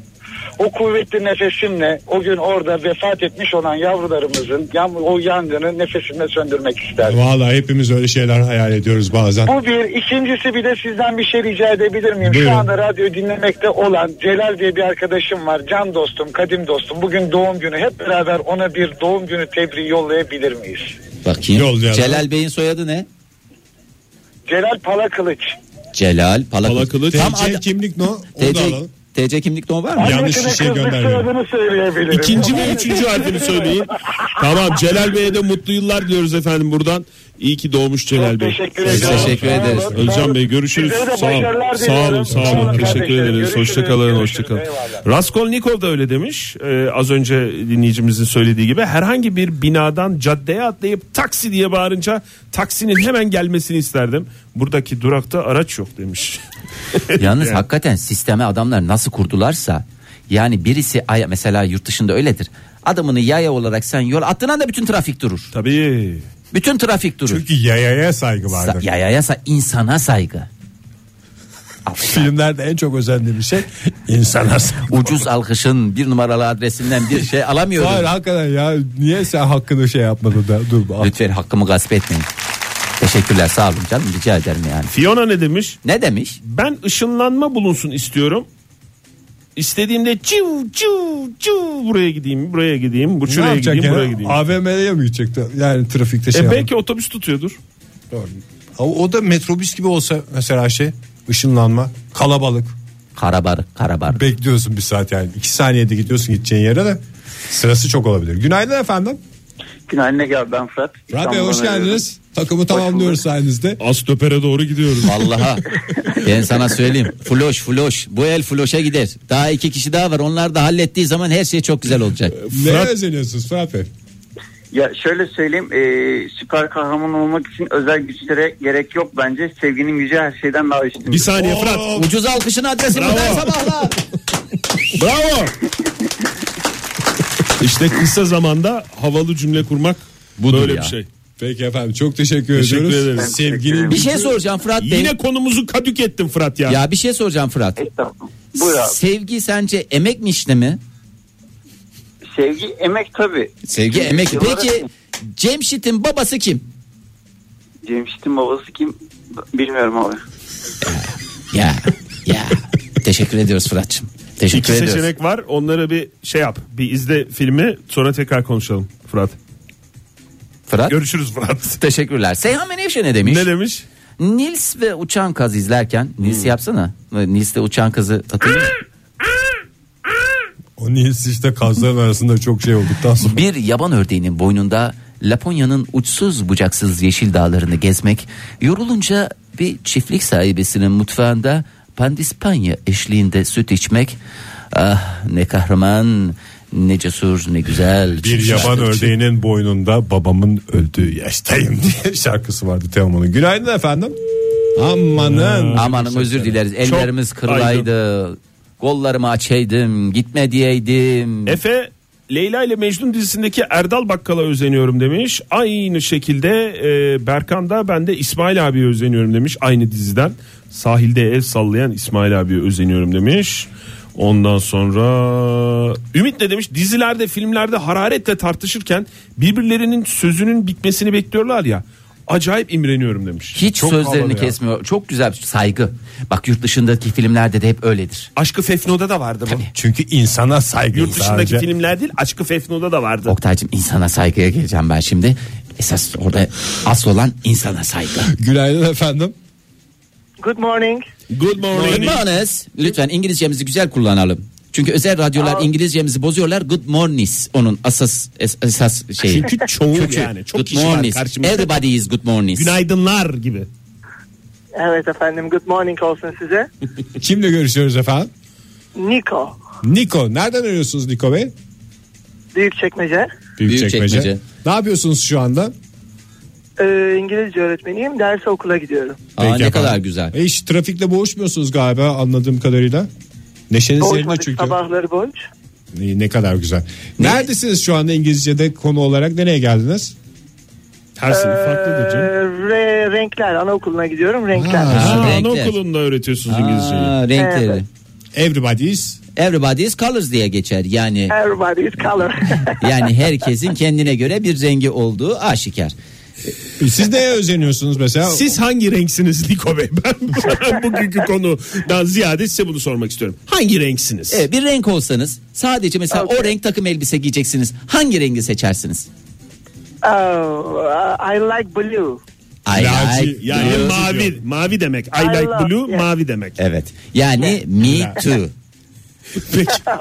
[SPEAKER 9] O kuvvetli nefesimle o gün orada vefat etmiş olan yavrularımızın yan- o yangını nefesimle söndürmek isterdim.
[SPEAKER 2] Vallahi hepimiz öyle şeyler hayal ediyoruz bazen.
[SPEAKER 9] Bu bir. ikincisi bir de sizden bir şey rica edebilir miyim?
[SPEAKER 2] Buyurun.
[SPEAKER 9] Şu anda radyo dinlemekte olan Celal diye bir arkadaşım var. Can dostum, kadim dostum. Bugün doğum günü. Hep beraber ona bir doğum günü tebriği yollayabilir miyiz?
[SPEAKER 3] Bakayım.
[SPEAKER 2] Yollayalım.
[SPEAKER 3] Celal Bey'in soyadı ne?
[SPEAKER 9] Celal Palakılıç.
[SPEAKER 3] Celal Palakıl.
[SPEAKER 4] Palakılıç.
[SPEAKER 3] Tam
[SPEAKER 2] TC
[SPEAKER 3] ad-
[SPEAKER 2] kimlik no? Onu da
[SPEAKER 3] TC,
[SPEAKER 2] alalım.
[SPEAKER 3] TC kimlik numarası var mı?
[SPEAKER 2] Yanlış
[SPEAKER 9] Annesine
[SPEAKER 2] bir şey
[SPEAKER 9] kızdık,
[SPEAKER 2] göndermiyorum.
[SPEAKER 9] soyadını söyleyebilirim.
[SPEAKER 4] İkinci ve üçüncü harfini söyleyin. Tamam Celal Bey'e de mutlu yıllar diyoruz efendim buradan. İyi ki doğmuş Celal
[SPEAKER 9] Çok
[SPEAKER 4] Bey.
[SPEAKER 9] teşekkür
[SPEAKER 3] Biz
[SPEAKER 9] ederiz.
[SPEAKER 3] teşekkür
[SPEAKER 9] Sağ olun.
[SPEAKER 3] ederiz.
[SPEAKER 9] Sağ olun.
[SPEAKER 4] Özcan Bey görüşürüz.
[SPEAKER 9] Size de
[SPEAKER 4] Sağ olun.
[SPEAKER 9] başarılar
[SPEAKER 4] Sağ olun,
[SPEAKER 9] diliyorum.
[SPEAKER 4] sağ olun.
[SPEAKER 9] Sağ olun
[SPEAKER 4] Teşekkür
[SPEAKER 9] kardeşlerim.
[SPEAKER 4] ederiz.
[SPEAKER 9] Görüşürüz,
[SPEAKER 4] Hoşçakalın,
[SPEAKER 9] görüşürüz.
[SPEAKER 4] hoşçakalın.
[SPEAKER 9] Eyvallah.
[SPEAKER 4] Raskolnikov da öyle demiş. Ee, az önce dinleyicimizin söylediği gibi herhangi bir binadan caddeye atlayıp taksi diye bağırınca taksinin hemen gelmesini isterdim. Buradaki durakta araç yok demiş.
[SPEAKER 3] Yalnız hakikaten sisteme adamlar nasıl kurdularsa yani birisi ay- mesela yurt dışında öyledir. Adamını yaya olarak sen yol attığın anda bütün trafik durur.
[SPEAKER 4] Tabii.
[SPEAKER 3] Bütün trafik durur.
[SPEAKER 2] Çünkü yayaya saygı
[SPEAKER 3] Sa-
[SPEAKER 2] vardır.
[SPEAKER 3] yayaya sa- insana saygı.
[SPEAKER 2] Filmlerde en çok özendiğim şey insana saygı.
[SPEAKER 3] Ucuz alkışın bir numaralı adresinden bir şey
[SPEAKER 2] Hayır
[SPEAKER 3] alamıyorum.
[SPEAKER 2] hakikaten ya niye sen hakkını şey yapmadın da dur
[SPEAKER 4] E,
[SPEAKER 2] bak.
[SPEAKER 3] Lütfen hakkımı gasp etmeyin. Teşekkürler sağ olun canım rica ederim yani.
[SPEAKER 4] Fiona ne demiş?
[SPEAKER 3] Ne demiş?
[SPEAKER 4] Ben ışınlanma bulunsun istiyorum. İstediğimde civ civ civ buraya gideyim, buraya gideyim, bu
[SPEAKER 2] ne
[SPEAKER 4] şuraya
[SPEAKER 2] yapacak
[SPEAKER 4] gideyim, buraya
[SPEAKER 2] yani?
[SPEAKER 4] gideyim.
[SPEAKER 2] AVM'ye mi gidecekti? Yani trafikte şey
[SPEAKER 4] e
[SPEAKER 2] yapmak.
[SPEAKER 4] belki otobüs tutuyordur.
[SPEAKER 2] Doğru. Ama O da metrobüs gibi olsa mesela şey ışınlanma kalabalık.
[SPEAKER 3] Karabar karabar.
[SPEAKER 2] Bekliyorsun bir saat yani. iki saniyede gidiyorsun gideceğin yere de sırası çok olabilir. Günaydın efendim.
[SPEAKER 9] Günaydın Ege abi ben Fırat.
[SPEAKER 2] Radyo
[SPEAKER 9] İstanbul'dan
[SPEAKER 2] hoş
[SPEAKER 9] arıyorum.
[SPEAKER 2] geldiniz. Takımı tamamlıyoruz sayenizde.
[SPEAKER 4] Astöper'e doğru gidiyoruz.
[SPEAKER 3] Vallaha ben sana söyleyeyim. Floş floş. Bu el floşa gider. Daha iki kişi daha var. Onlar da hallettiği zaman her şey çok güzel olacak.
[SPEAKER 2] Neye
[SPEAKER 4] Fırat-
[SPEAKER 2] özeniyorsunuz Fırat Bey?
[SPEAKER 9] Ya şöyle söyleyeyim e, süper kahraman olmak için özel güçlere gerek yok bence. Sevginin gücü her şeyden daha üstün.
[SPEAKER 4] bir saniye Fırat.
[SPEAKER 3] Ucuz alkışın adresi buradan sabahla.
[SPEAKER 4] Bravo. işte kısa zamanda havalı cümle kurmak
[SPEAKER 3] Budur
[SPEAKER 4] böyle
[SPEAKER 3] ya.
[SPEAKER 4] bir şey.
[SPEAKER 2] Peki efendim çok teşekkür,
[SPEAKER 4] Teşekkür
[SPEAKER 2] ediyoruz.
[SPEAKER 4] ederim.
[SPEAKER 2] Sevginin
[SPEAKER 3] Bir şey soracağım Fırat Bey.
[SPEAKER 4] Yine konumuzu kadük ettin Fırat ya.
[SPEAKER 3] Ya bir şey soracağım Fırat.
[SPEAKER 9] Estağfurullah. Buyur abi.
[SPEAKER 3] Sevgi sence emek mi işte mi?
[SPEAKER 9] Sevgi emek tabii.
[SPEAKER 3] Sevgi
[SPEAKER 9] Şimdi
[SPEAKER 3] emek.
[SPEAKER 9] şey
[SPEAKER 3] Peki
[SPEAKER 9] olarak-
[SPEAKER 3] Cemşit'in babası kim?
[SPEAKER 9] Cemşit'in babası kim bilmiyorum abi.
[SPEAKER 3] Ya ya. Teşekkür ediyoruz Fırat'cığım. Teşekkür
[SPEAKER 4] İki
[SPEAKER 3] ediyoruz.
[SPEAKER 4] seçenek var. Onlara bir şey yap. Bir izle filmi sonra tekrar konuşalım Fırat.
[SPEAKER 3] Fırat.
[SPEAKER 4] Görüşürüz Fırat.
[SPEAKER 3] Teşekkürler. Seyhan Menevşe ne demiş?
[SPEAKER 4] Ne demiş?
[SPEAKER 3] Nils ve Uçan Kaz izlerken Nils yapsana. Nils de Uçan Kaz'ı hatırlıyor musun?
[SPEAKER 2] o niyesi işte kazların arasında çok şey olduktan sonra.
[SPEAKER 3] Bir yaban ördeğinin boynunda Laponya'nın uçsuz bucaksız yeşil dağlarını gezmek, yorulunca bir çiftlik sahibesinin mutfağında pandispanya eşliğinde süt içmek, ah ne kahraman, ne cesur, ne güzel.
[SPEAKER 2] Bir yaban ördeğinin boynunda babamın öldüğü yaştayım diye şarkısı vardı Teoman'ın. Günaydın efendim. Amanın.
[SPEAKER 3] Amanın özür dileriz, ellerimiz
[SPEAKER 4] Çok
[SPEAKER 3] kırılaydı. Kollarımı açaydım, gitme diyeydim.
[SPEAKER 4] Efe Leyla ile Mecnun dizisindeki Erdal Bakkal'a özeniyorum demiş. Aynı şekilde e, Berkan da ben de İsmail abiye özeniyorum demiş. Aynı diziden sahilde el sallayan İsmail abiye özeniyorum demiş. Ondan sonra Ümit ne demiş? Dizilerde filmlerde hararetle tartışırken birbirlerinin sözünün bitmesini bekliyorlar ya. Acayip imreniyorum demiş.
[SPEAKER 3] Hiç
[SPEAKER 2] Çok havalı
[SPEAKER 3] sözlerini
[SPEAKER 2] ya.
[SPEAKER 3] kesmiyor. Çok güzel saygı. Bak yurt dışındaki filmlerde de hep öyledir.
[SPEAKER 4] Aşkı Fefno'da da vardı bu.
[SPEAKER 2] Çünkü insana saygı.
[SPEAKER 4] Yurt dışındaki
[SPEAKER 2] sadece.
[SPEAKER 4] filmler değil Aşkı Fefno'da da vardı.
[SPEAKER 3] Oktay'cığım insana saygıya geleceğim ben şimdi. Esas orada asıl olan insana saygı.
[SPEAKER 2] Günaydın efendim.
[SPEAKER 5] Good morning.
[SPEAKER 4] Good morning.
[SPEAKER 3] Yılmaz, Lütfen İngilizcemizi güzel kullanalım. Çünkü özel radyolar İngilizcemizi bozuyorlar. Good morning onun asas es- esas şeyi.
[SPEAKER 4] Çünkü çoğu
[SPEAKER 3] Kökü.
[SPEAKER 4] yani. Çok
[SPEAKER 3] good
[SPEAKER 4] kişi var
[SPEAKER 3] morning.
[SPEAKER 4] karşımızda.
[SPEAKER 3] Everybody is good morning.
[SPEAKER 4] Günaydınlar gibi.
[SPEAKER 10] Evet efendim good morning olsun size.
[SPEAKER 2] Kimle görüşüyoruz efendim?
[SPEAKER 10] Niko
[SPEAKER 2] Niko. Nereden arıyorsunuz Niko Bey?
[SPEAKER 10] Büyükçekmece.
[SPEAKER 3] Büyükçekmece.
[SPEAKER 2] Ne yapıyorsunuz şu anda?
[SPEAKER 10] Ee, İngilizce öğretmeniyim. Derse okula gidiyorum.
[SPEAKER 3] Aa,
[SPEAKER 2] Peki
[SPEAKER 3] ne
[SPEAKER 2] efendim.
[SPEAKER 3] kadar güzel.
[SPEAKER 2] E, hiç trafikle boğuşmuyorsunuz galiba anladığım kadarıyla. Neşeniz yerinde
[SPEAKER 10] Boğuşmadık
[SPEAKER 2] çünkü.
[SPEAKER 10] sabahları boş.
[SPEAKER 2] İyi, Ne kadar güzel. Neredesiniz şu anda İngilizce'de konu olarak nereye geldiniz?
[SPEAKER 4] Her sınıf farklıdır canım.
[SPEAKER 10] Ee, re- renkler anaokuluna gidiyorum renkler.
[SPEAKER 2] Ha.
[SPEAKER 4] Ha,
[SPEAKER 3] renkler.
[SPEAKER 4] anaokulunda öğretiyorsunuz İngilizceyi.
[SPEAKER 3] Aa, renkleri.
[SPEAKER 10] Evet.
[SPEAKER 2] Everybody is
[SPEAKER 3] Everybody is colors diye geçer. Yani
[SPEAKER 10] Everybody is color.
[SPEAKER 3] yani herkesin kendine göre bir rengi olduğu aşikar.
[SPEAKER 2] Siz neye özeniyorsunuz mesela?
[SPEAKER 4] Siz hangi renksiniz Niko Bey? Ben bugünkü konudan ziyade size bunu sormak istiyorum. Hangi renksiniz?
[SPEAKER 3] Evet, bir renk olsanız sadece mesela o
[SPEAKER 10] Okey.
[SPEAKER 3] renk takım elbise giyeceksiniz. Hangi rengi seçersiniz?
[SPEAKER 10] oh, I like blue.
[SPEAKER 3] I
[SPEAKER 4] Laci-
[SPEAKER 3] like
[SPEAKER 4] yani
[SPEAKER 3] blue.
[SPEAKER 4] mavi, mavi demek. I like
[SPEAKER 10] love-
[SPEAKER 4] blue,
[SPEAKER 10] yeah.
[SPEAKER 4] mavi demek.
[SPEAKER 3] Evet. Yani me too.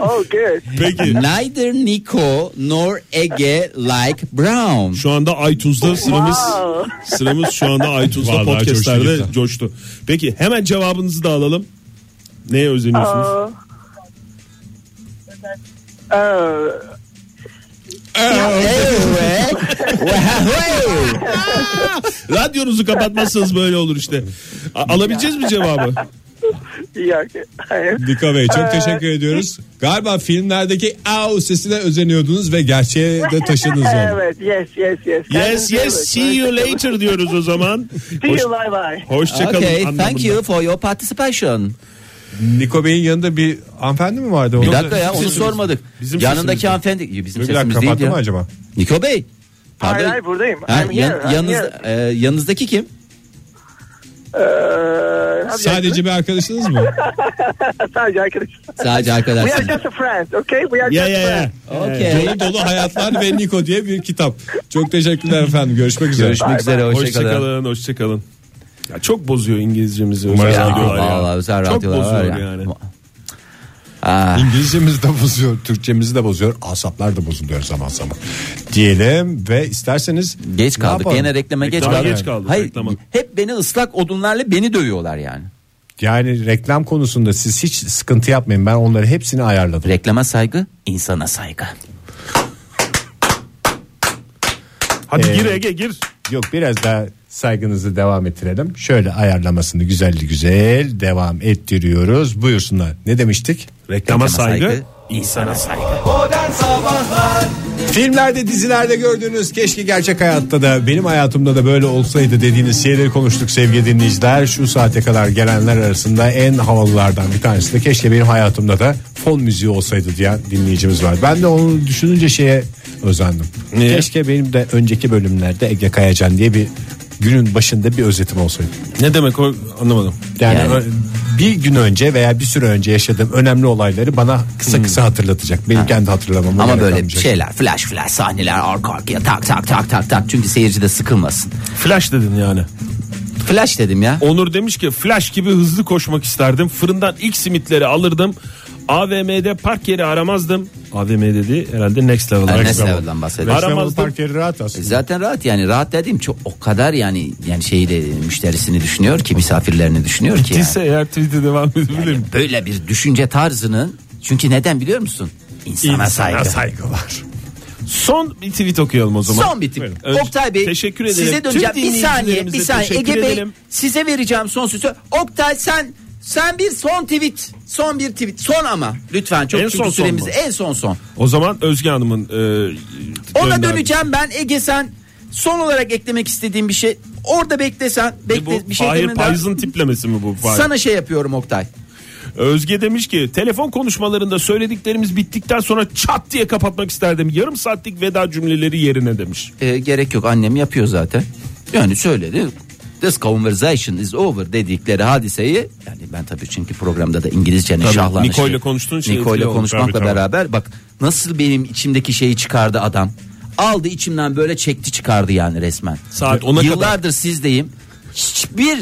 [SPEAKER 10] Oh good.
[SPEAKER 4] Peki
[SPEAKER 3] Neither Nico nor Ege like brown.
[SPEAKER 4] şu anda iTunes'da sıramız
[SPEAKER 10] Oh, Wow.
[SPEAKER 4] sıramız şu anda iTunes'da
[SPEAKER 2] Vallahi
[SPEAKER 4] podcastlerde
[SPEAKER 2] coştu
[SPEAKER 4] coştu,
[SPEAKER 2] gitti.
[SPEAKER 4] Peki hemen cevabınızı da alalım. Neye özeniyorsunuz?
[SPEAKER 10] Oh. Oh,
[SPEAKER 3] e- Evet. Wow.
[SPEAKER 4] Radyonuzu kapatmazsanız böyle olur işte. A- alabileceğiz mi cevabı?
[SPEAKER 10] yok. Hayır.
[SPEAKER 2] Dika Bey
[SPEAKER 3] Ee,
[SPEAKER 2] çok teşekkür ediyoruz. Galiba filmlerdeki au sesine özeniyordunuz ve gerçeğe de taşıdınız onu.
[SPEAKER 10] Evet yes yes yes.
[SPEAKER 4] yes yes see you later diyoruz o zaman.
[SPEAKER 10] See
[SPEAKER 4] Hoş,
[SPEAKER 10] you bye bye.
[SPEAKER 4] hoşçakalın
[SPEAKER 3] Okay, thank
[SPEAKER 4] anlamında.
[SPEAKER 3] you for your participation.
[SPEAKER 2] Niko Bey'in yanında bir hanımefendi mi vardı?
[SPEAKER 3] Bir dakika ya onu sormadık.
[SPEAKER 4] Bizim
[SPEAKER 3] Yanındaki
[SPEAKER 4] sesimiz.
[SPEAKER 3] hanımefendi bizim
[SPEAKER 2] Bir dakika
[SPEAKER 3] sesimiz değil
[SPEAKER 2] kapattı mı
[SPEAKER 3] ya.
[SPEAKER 2] acaba?
[SPEAKER 3] Niko Bey.
[SPEAKER 10] Hayır hayır
[SPEAKER 3] Pardon.
[SPEAKER 10] buradayım.
[SPEAKER 3] Ha,
[SPEAKER 10] I'm
[SPEAKER 3] yan-
[SPEAKER 10] here, I'm
[SPEAKER 3] yanınız,
[SPEAKER 10] here.
[SPEAKER 3] e, yanınızdaki kim?
[SPEAKER 10] Ee, ne
[SPEAKER 2] Sadece bir arkadaşınız mı?
[SPEAKER 10] yapacaksın? sadece arkadaşım.
[SPEAKER 3] Sadece
[SPEAKER 10] We are
[SPEAKER 3] arkadaşlar.
[SPEAKER 10] just a friend, okay? We are
[SPEAKER 4] Ya
[SPEAKER 10] just
[SPEAKER 4] ya ya.
[SPEAKER 10] friends.
[SPEAKER 3] Okay.
[SPEAKER 2] Dolu dolu hayatlar ve Niko diye bir kitap. Çok teşekkürler efendim. Görüşmek üzere.
[SPEAKER 3] Görüşmek üzere hoşçakalın.
[SPEAKER 4] Hoşçakalın, hoşçakalın. Ya çok bozuyor İngilizcemizi.
[SPEAKER 2] Umarım
[SPEAKER 4] özel
[SPEAKER 2] ya,
[SPEAKER 4] radyolar ya.
[SPEAKER 3] Vallahi özel
[SPEAKER 4] Çok
[SPEAKER 3] radyolar var
[SPEAKER 4] bozuyor
[SPEAKER 3] ya.
[SPEAKER 4] yani.
[SPEAKER 2] Ah. İngilizcemizi de bozuyor, Türkçemizi de bozuyor, asaplar da bozuluyor zaman zaman. Diyelim ve isterseniz
[SPEAKER 3] Geç
[SPEAKER 2] ne
[SPEAKER 3] kaldık.
[SPEAKER 2] yapalım?
[SPEAKER 3] Yine reklama geç
[SPEAKER 4] Reklama
[SPEAKER 3] kaldık.
[SPEAKER 4] geç kaldık,
[SPEAKER 3] Hayır,
[SPEAKER 4] reklama.
[SPEAKER 3] hep beni ıslak odunlarla beni dövüyorlar yani.
[SPEAKER 2] Yani reklam konusunda siz hiç sıkıntı yapmayın. Ben onları hepsini ayarladım.
[SPEAKER 3] Reklama saygı, insana saygı.
[SPEAKER 4] Hadi
[SPEAKER 2] Ee,
[SPEAKER 4] gir Ege gir.
[SPEAKER 2] Yok biraz daha saygınızı devam ettirelim. Şöyle ayarlamasını güzelli güzel devam ettiriyoruz. Buyursunlar. Ne demiştik?
[SPEAKER 4] Reklama saygı.
[SPEAKER 3] insana saygı.
[SPEAKER 1] Modern Sabahlar
[SPEAKER 2] Filmlerde dizilerde gördüğünüz keşke gerçek hayatta da benim hayatımda da böyle olsaydı dediğiniz şeyleri konuştuk sevgili dinleyiciler. Şu saate kadar gelenler arasında en havalılardan bir tanesi de keşke benim hayatımda da fon müziği olsaydı diyen dinleyicimiz var. Ben de onu düşününce şeye özendim. Keşke benim de önceki bölümlerde Ege Kayacan diye bir günün başında bir özetim olsaydı.
[SPEAKER 4] Ne demek o anlamadım.
[SPEAKER 2] Yani,
[SPEAKER 3] Yani.
[SPEAKER 2] ö- bir gün önce veya bir süre önce yaşadığım önemli olayları bana kısa kısa hatırlatacak. Benim kendi hatırlamama
[SPEAKER 3] Hmm. Ama
[SPEAKER 2] gerek
[SPEAKER 3] böyle şey-
[SPEAKER 2] kalmayacak.
[SPEAKER 3] şeyler flash flash sahneler arka arkaya tak tak tak tak tak çünkü seyirci de sıkılmasın.
[SPEAKER 4] Flash dedin yani.
[SPEAKER 3] Flash dedim ya.
[SPEAKER 4] Onur demiş ki flash gibi hızlı koşmak isterdim. Fırından ilk simitleri alırdım. AVM'de park yeri aramazdım. AVM dedi herhalde next level.
[SPEAKER 3] Ha,
[SPEAKER 4] Next
[SPEAKER 3] next
[SPEAKER 4] level.
[SPEAKER 3] level'dan bahsediyorum.
[SPEAKER 2] Beş
[SPEAKER 4] Aramazdım.
[SPEAKER 2] numaralı park yeri rahat aslında.
[SPEAKER 3] Zaten rahat yani rahat dediğim çok o kadar yani yani şeyi de müşterisini düşünüyor ki misafirlerini düşünüyor ki. yani.
[SPEAKER 4] Bittiyse eğer tweet'e devam edebilirim.
[SPEAKER 3] Böyle bir düşünce tarzının çünkü neden biliyor musun? İnsana, saygı.
[SPEAKER 2] saygılar.
[SPEAKER 4] Son bir tweet okuyalım o zaman.
[SPEAKER 3] Son bitim.
[SPEAKER 4] Buyurun. Öz-
[SPEAKER 3] Oktay Bey
[SPEAKER 4] Teşekkür ederim.
[SPEAKER 3] size
[SPEAKER 4] Tüm
[SPEAKER 3] döneceğim. Bir saniye,
[SPEAKER 4] dinleyicilerimize
[SPEAKER 3] bir saniye.
[SPEAKER 4] teşekkür
[SPEAKER 3] Ege Bey
[SPEAKER 4] edelim.
[SPEAKER 3] size vereceğim son sözü. Oktay sen sen bir son tweet. Son bir tweet. Son ama lütfen çok
[SPEAKER 4] En
[SPEAKER 3] çünkü
[SPEAKER 4] son son
[SPEAKER 3] süremiz
[SPEAKER 4] mu?
[SPEAKER 3] en son son.
[SPEAKER 4] O zaman Özge Hanım'ın e,
[SPEAKER 3] Ona
[SPEAKER 4] gönderdiği-
[SPEAKER 3] döneceğim ben Ege sen son olarak eklemek istediğim bir şey. Orada beklesen
[SPEAKER 4] Ne E, bu?
[SPEAKER 3] bekle bir şey
[SPEAKER 4] Fahir
[SPEAKER 3] demeden-
[SPEAKER 4] Payız'ın tiplemesi mi bu? Fahir?
[SPEAKER 3] Sana şey yapıyorum Oktay.
[SPEAKER 4] Özge demiş ki telefon konuşmalarında söylediklerimiz bittikten sonra çat diye kapatmak isterdim. Yarım saatlik veda cümleleri yerine demiş.
[SPEAKER 3] E, gerek yok annem yapıyor zaten. Yani söyledi. This conversation is over dedikleri hadiseyi yani ben tabii çünkü programda da İngilizcenin
[SPEAKER 4] Tabii,
[SPEAKER 3] şahlanışı.
[SPEAKER 4] Nicole'le konuştuğun için
[SPEAKER 3] Nicole'le
[SPEAKER 4] etkili olmuş.
[SPEAKER 3] konuşmakla
[SPEAKER 4] Tabii, tabii.
[SPEAKER 3] beraber bak nasıl benim içimdeki şeyi çıkardı adam. Aldı içimden böyle çekti çıkardı yani resmen.
[SPEAKER 4] Saat ona kadar.
[SPEAKER 3] Yıllardır sizdeyim. Hiçbir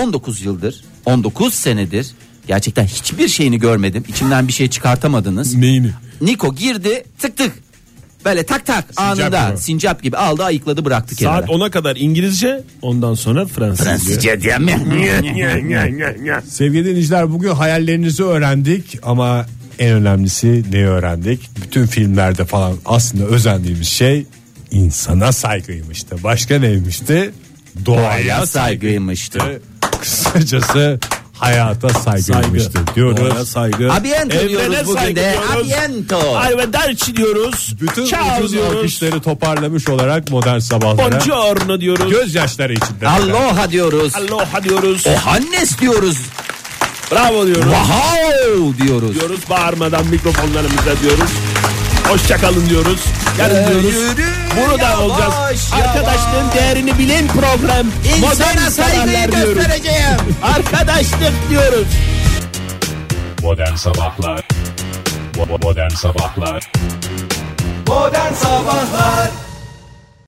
[SPEAKER 3] 19 yıldır 19 senedir Gerçekten hiçbir şeyini görmedim. İçimden bir şey çıkartamadınız.
[SPEAKER 4] Neyini?
[SPEAKER 3] Niko girdi tık tık. Böyle tak tak anında
[SPEAKER 4] gibi.
[SPEAKER 3] sincap gibi aldı ayıkladı bıraktı kenara.
[SPEAKER 4] Saat 10'a kadar İngilizce ondan sonra Fransızca.
[SPEAKER 3] Fransızca diye mi?
[SPEAKER 2] Sevgili dinleyiciler bugün hayallerinizi öğrendik ama en önemlisi neyi öğrendik? Bütün filmlerde falan aslında özendiğimiz şey insana saygıymıştı. Başka neymişti? Doğaya
[SPEAKER 3] Doğaya saygıymıştı.
[SPEAKER 2] kısacası hayata saygıymıştı diyoruz.
[SPEAKER 4] Doğaya saygı.
[SPEAKER 3] Abiento diyoruz bugün
[SPEAKER 4] saygı
[SPEAKER 3] de.
[SPEAKER 4] diyoruz.
[SPEAKER 3] Abiento.
[SPEAKER 4] Arrivederci diyoruz.
[SPEAKER 2] Bütün
[SPEAKER 4] Ciao
[SPEAKER 2] ucuz
[SPEAKER 4] diyoruz.
[SPEAKER 2] alkışları toparlamış olarak modern sabahlara
[SPEAKER 4] Buongiorno diyoruz.
[SPEAKER 2] gözyaşları içinde.
[SPEAKER 3] Aloha diyoruz.
[SPEAKER 4] Aloha diyoruz.
[SPEAKER 3] Ohannes diyoruz.
[SPEAKER 4] Bravo diyoruz.
[SPEAKER 3] Wow diyoruz.
[SPEAKER 4] diyoruz. Bağırmadan mikrofonlarımıza diyoruz. Hoşçakalın diyoruz.
[SPEAKER 3] Ee,
[SPEAKER 4] Yarın diyoruz. Bunu da olacağız. Arkadaşlığın değerini bilin program. Modern
[SPEAKER 3] İnsana saygıyı
[SPEAKER 4] sabahlar diyoruz.
[SPEAKER 3] göstereceğim.
[SPEAKER 4] Arkadaşlık diyoruz.
[SPEAKER 11] Modern Sabahlar Bo- Modern Sabahlar
[SPEAKER 1] Oh, Modern Sabahlar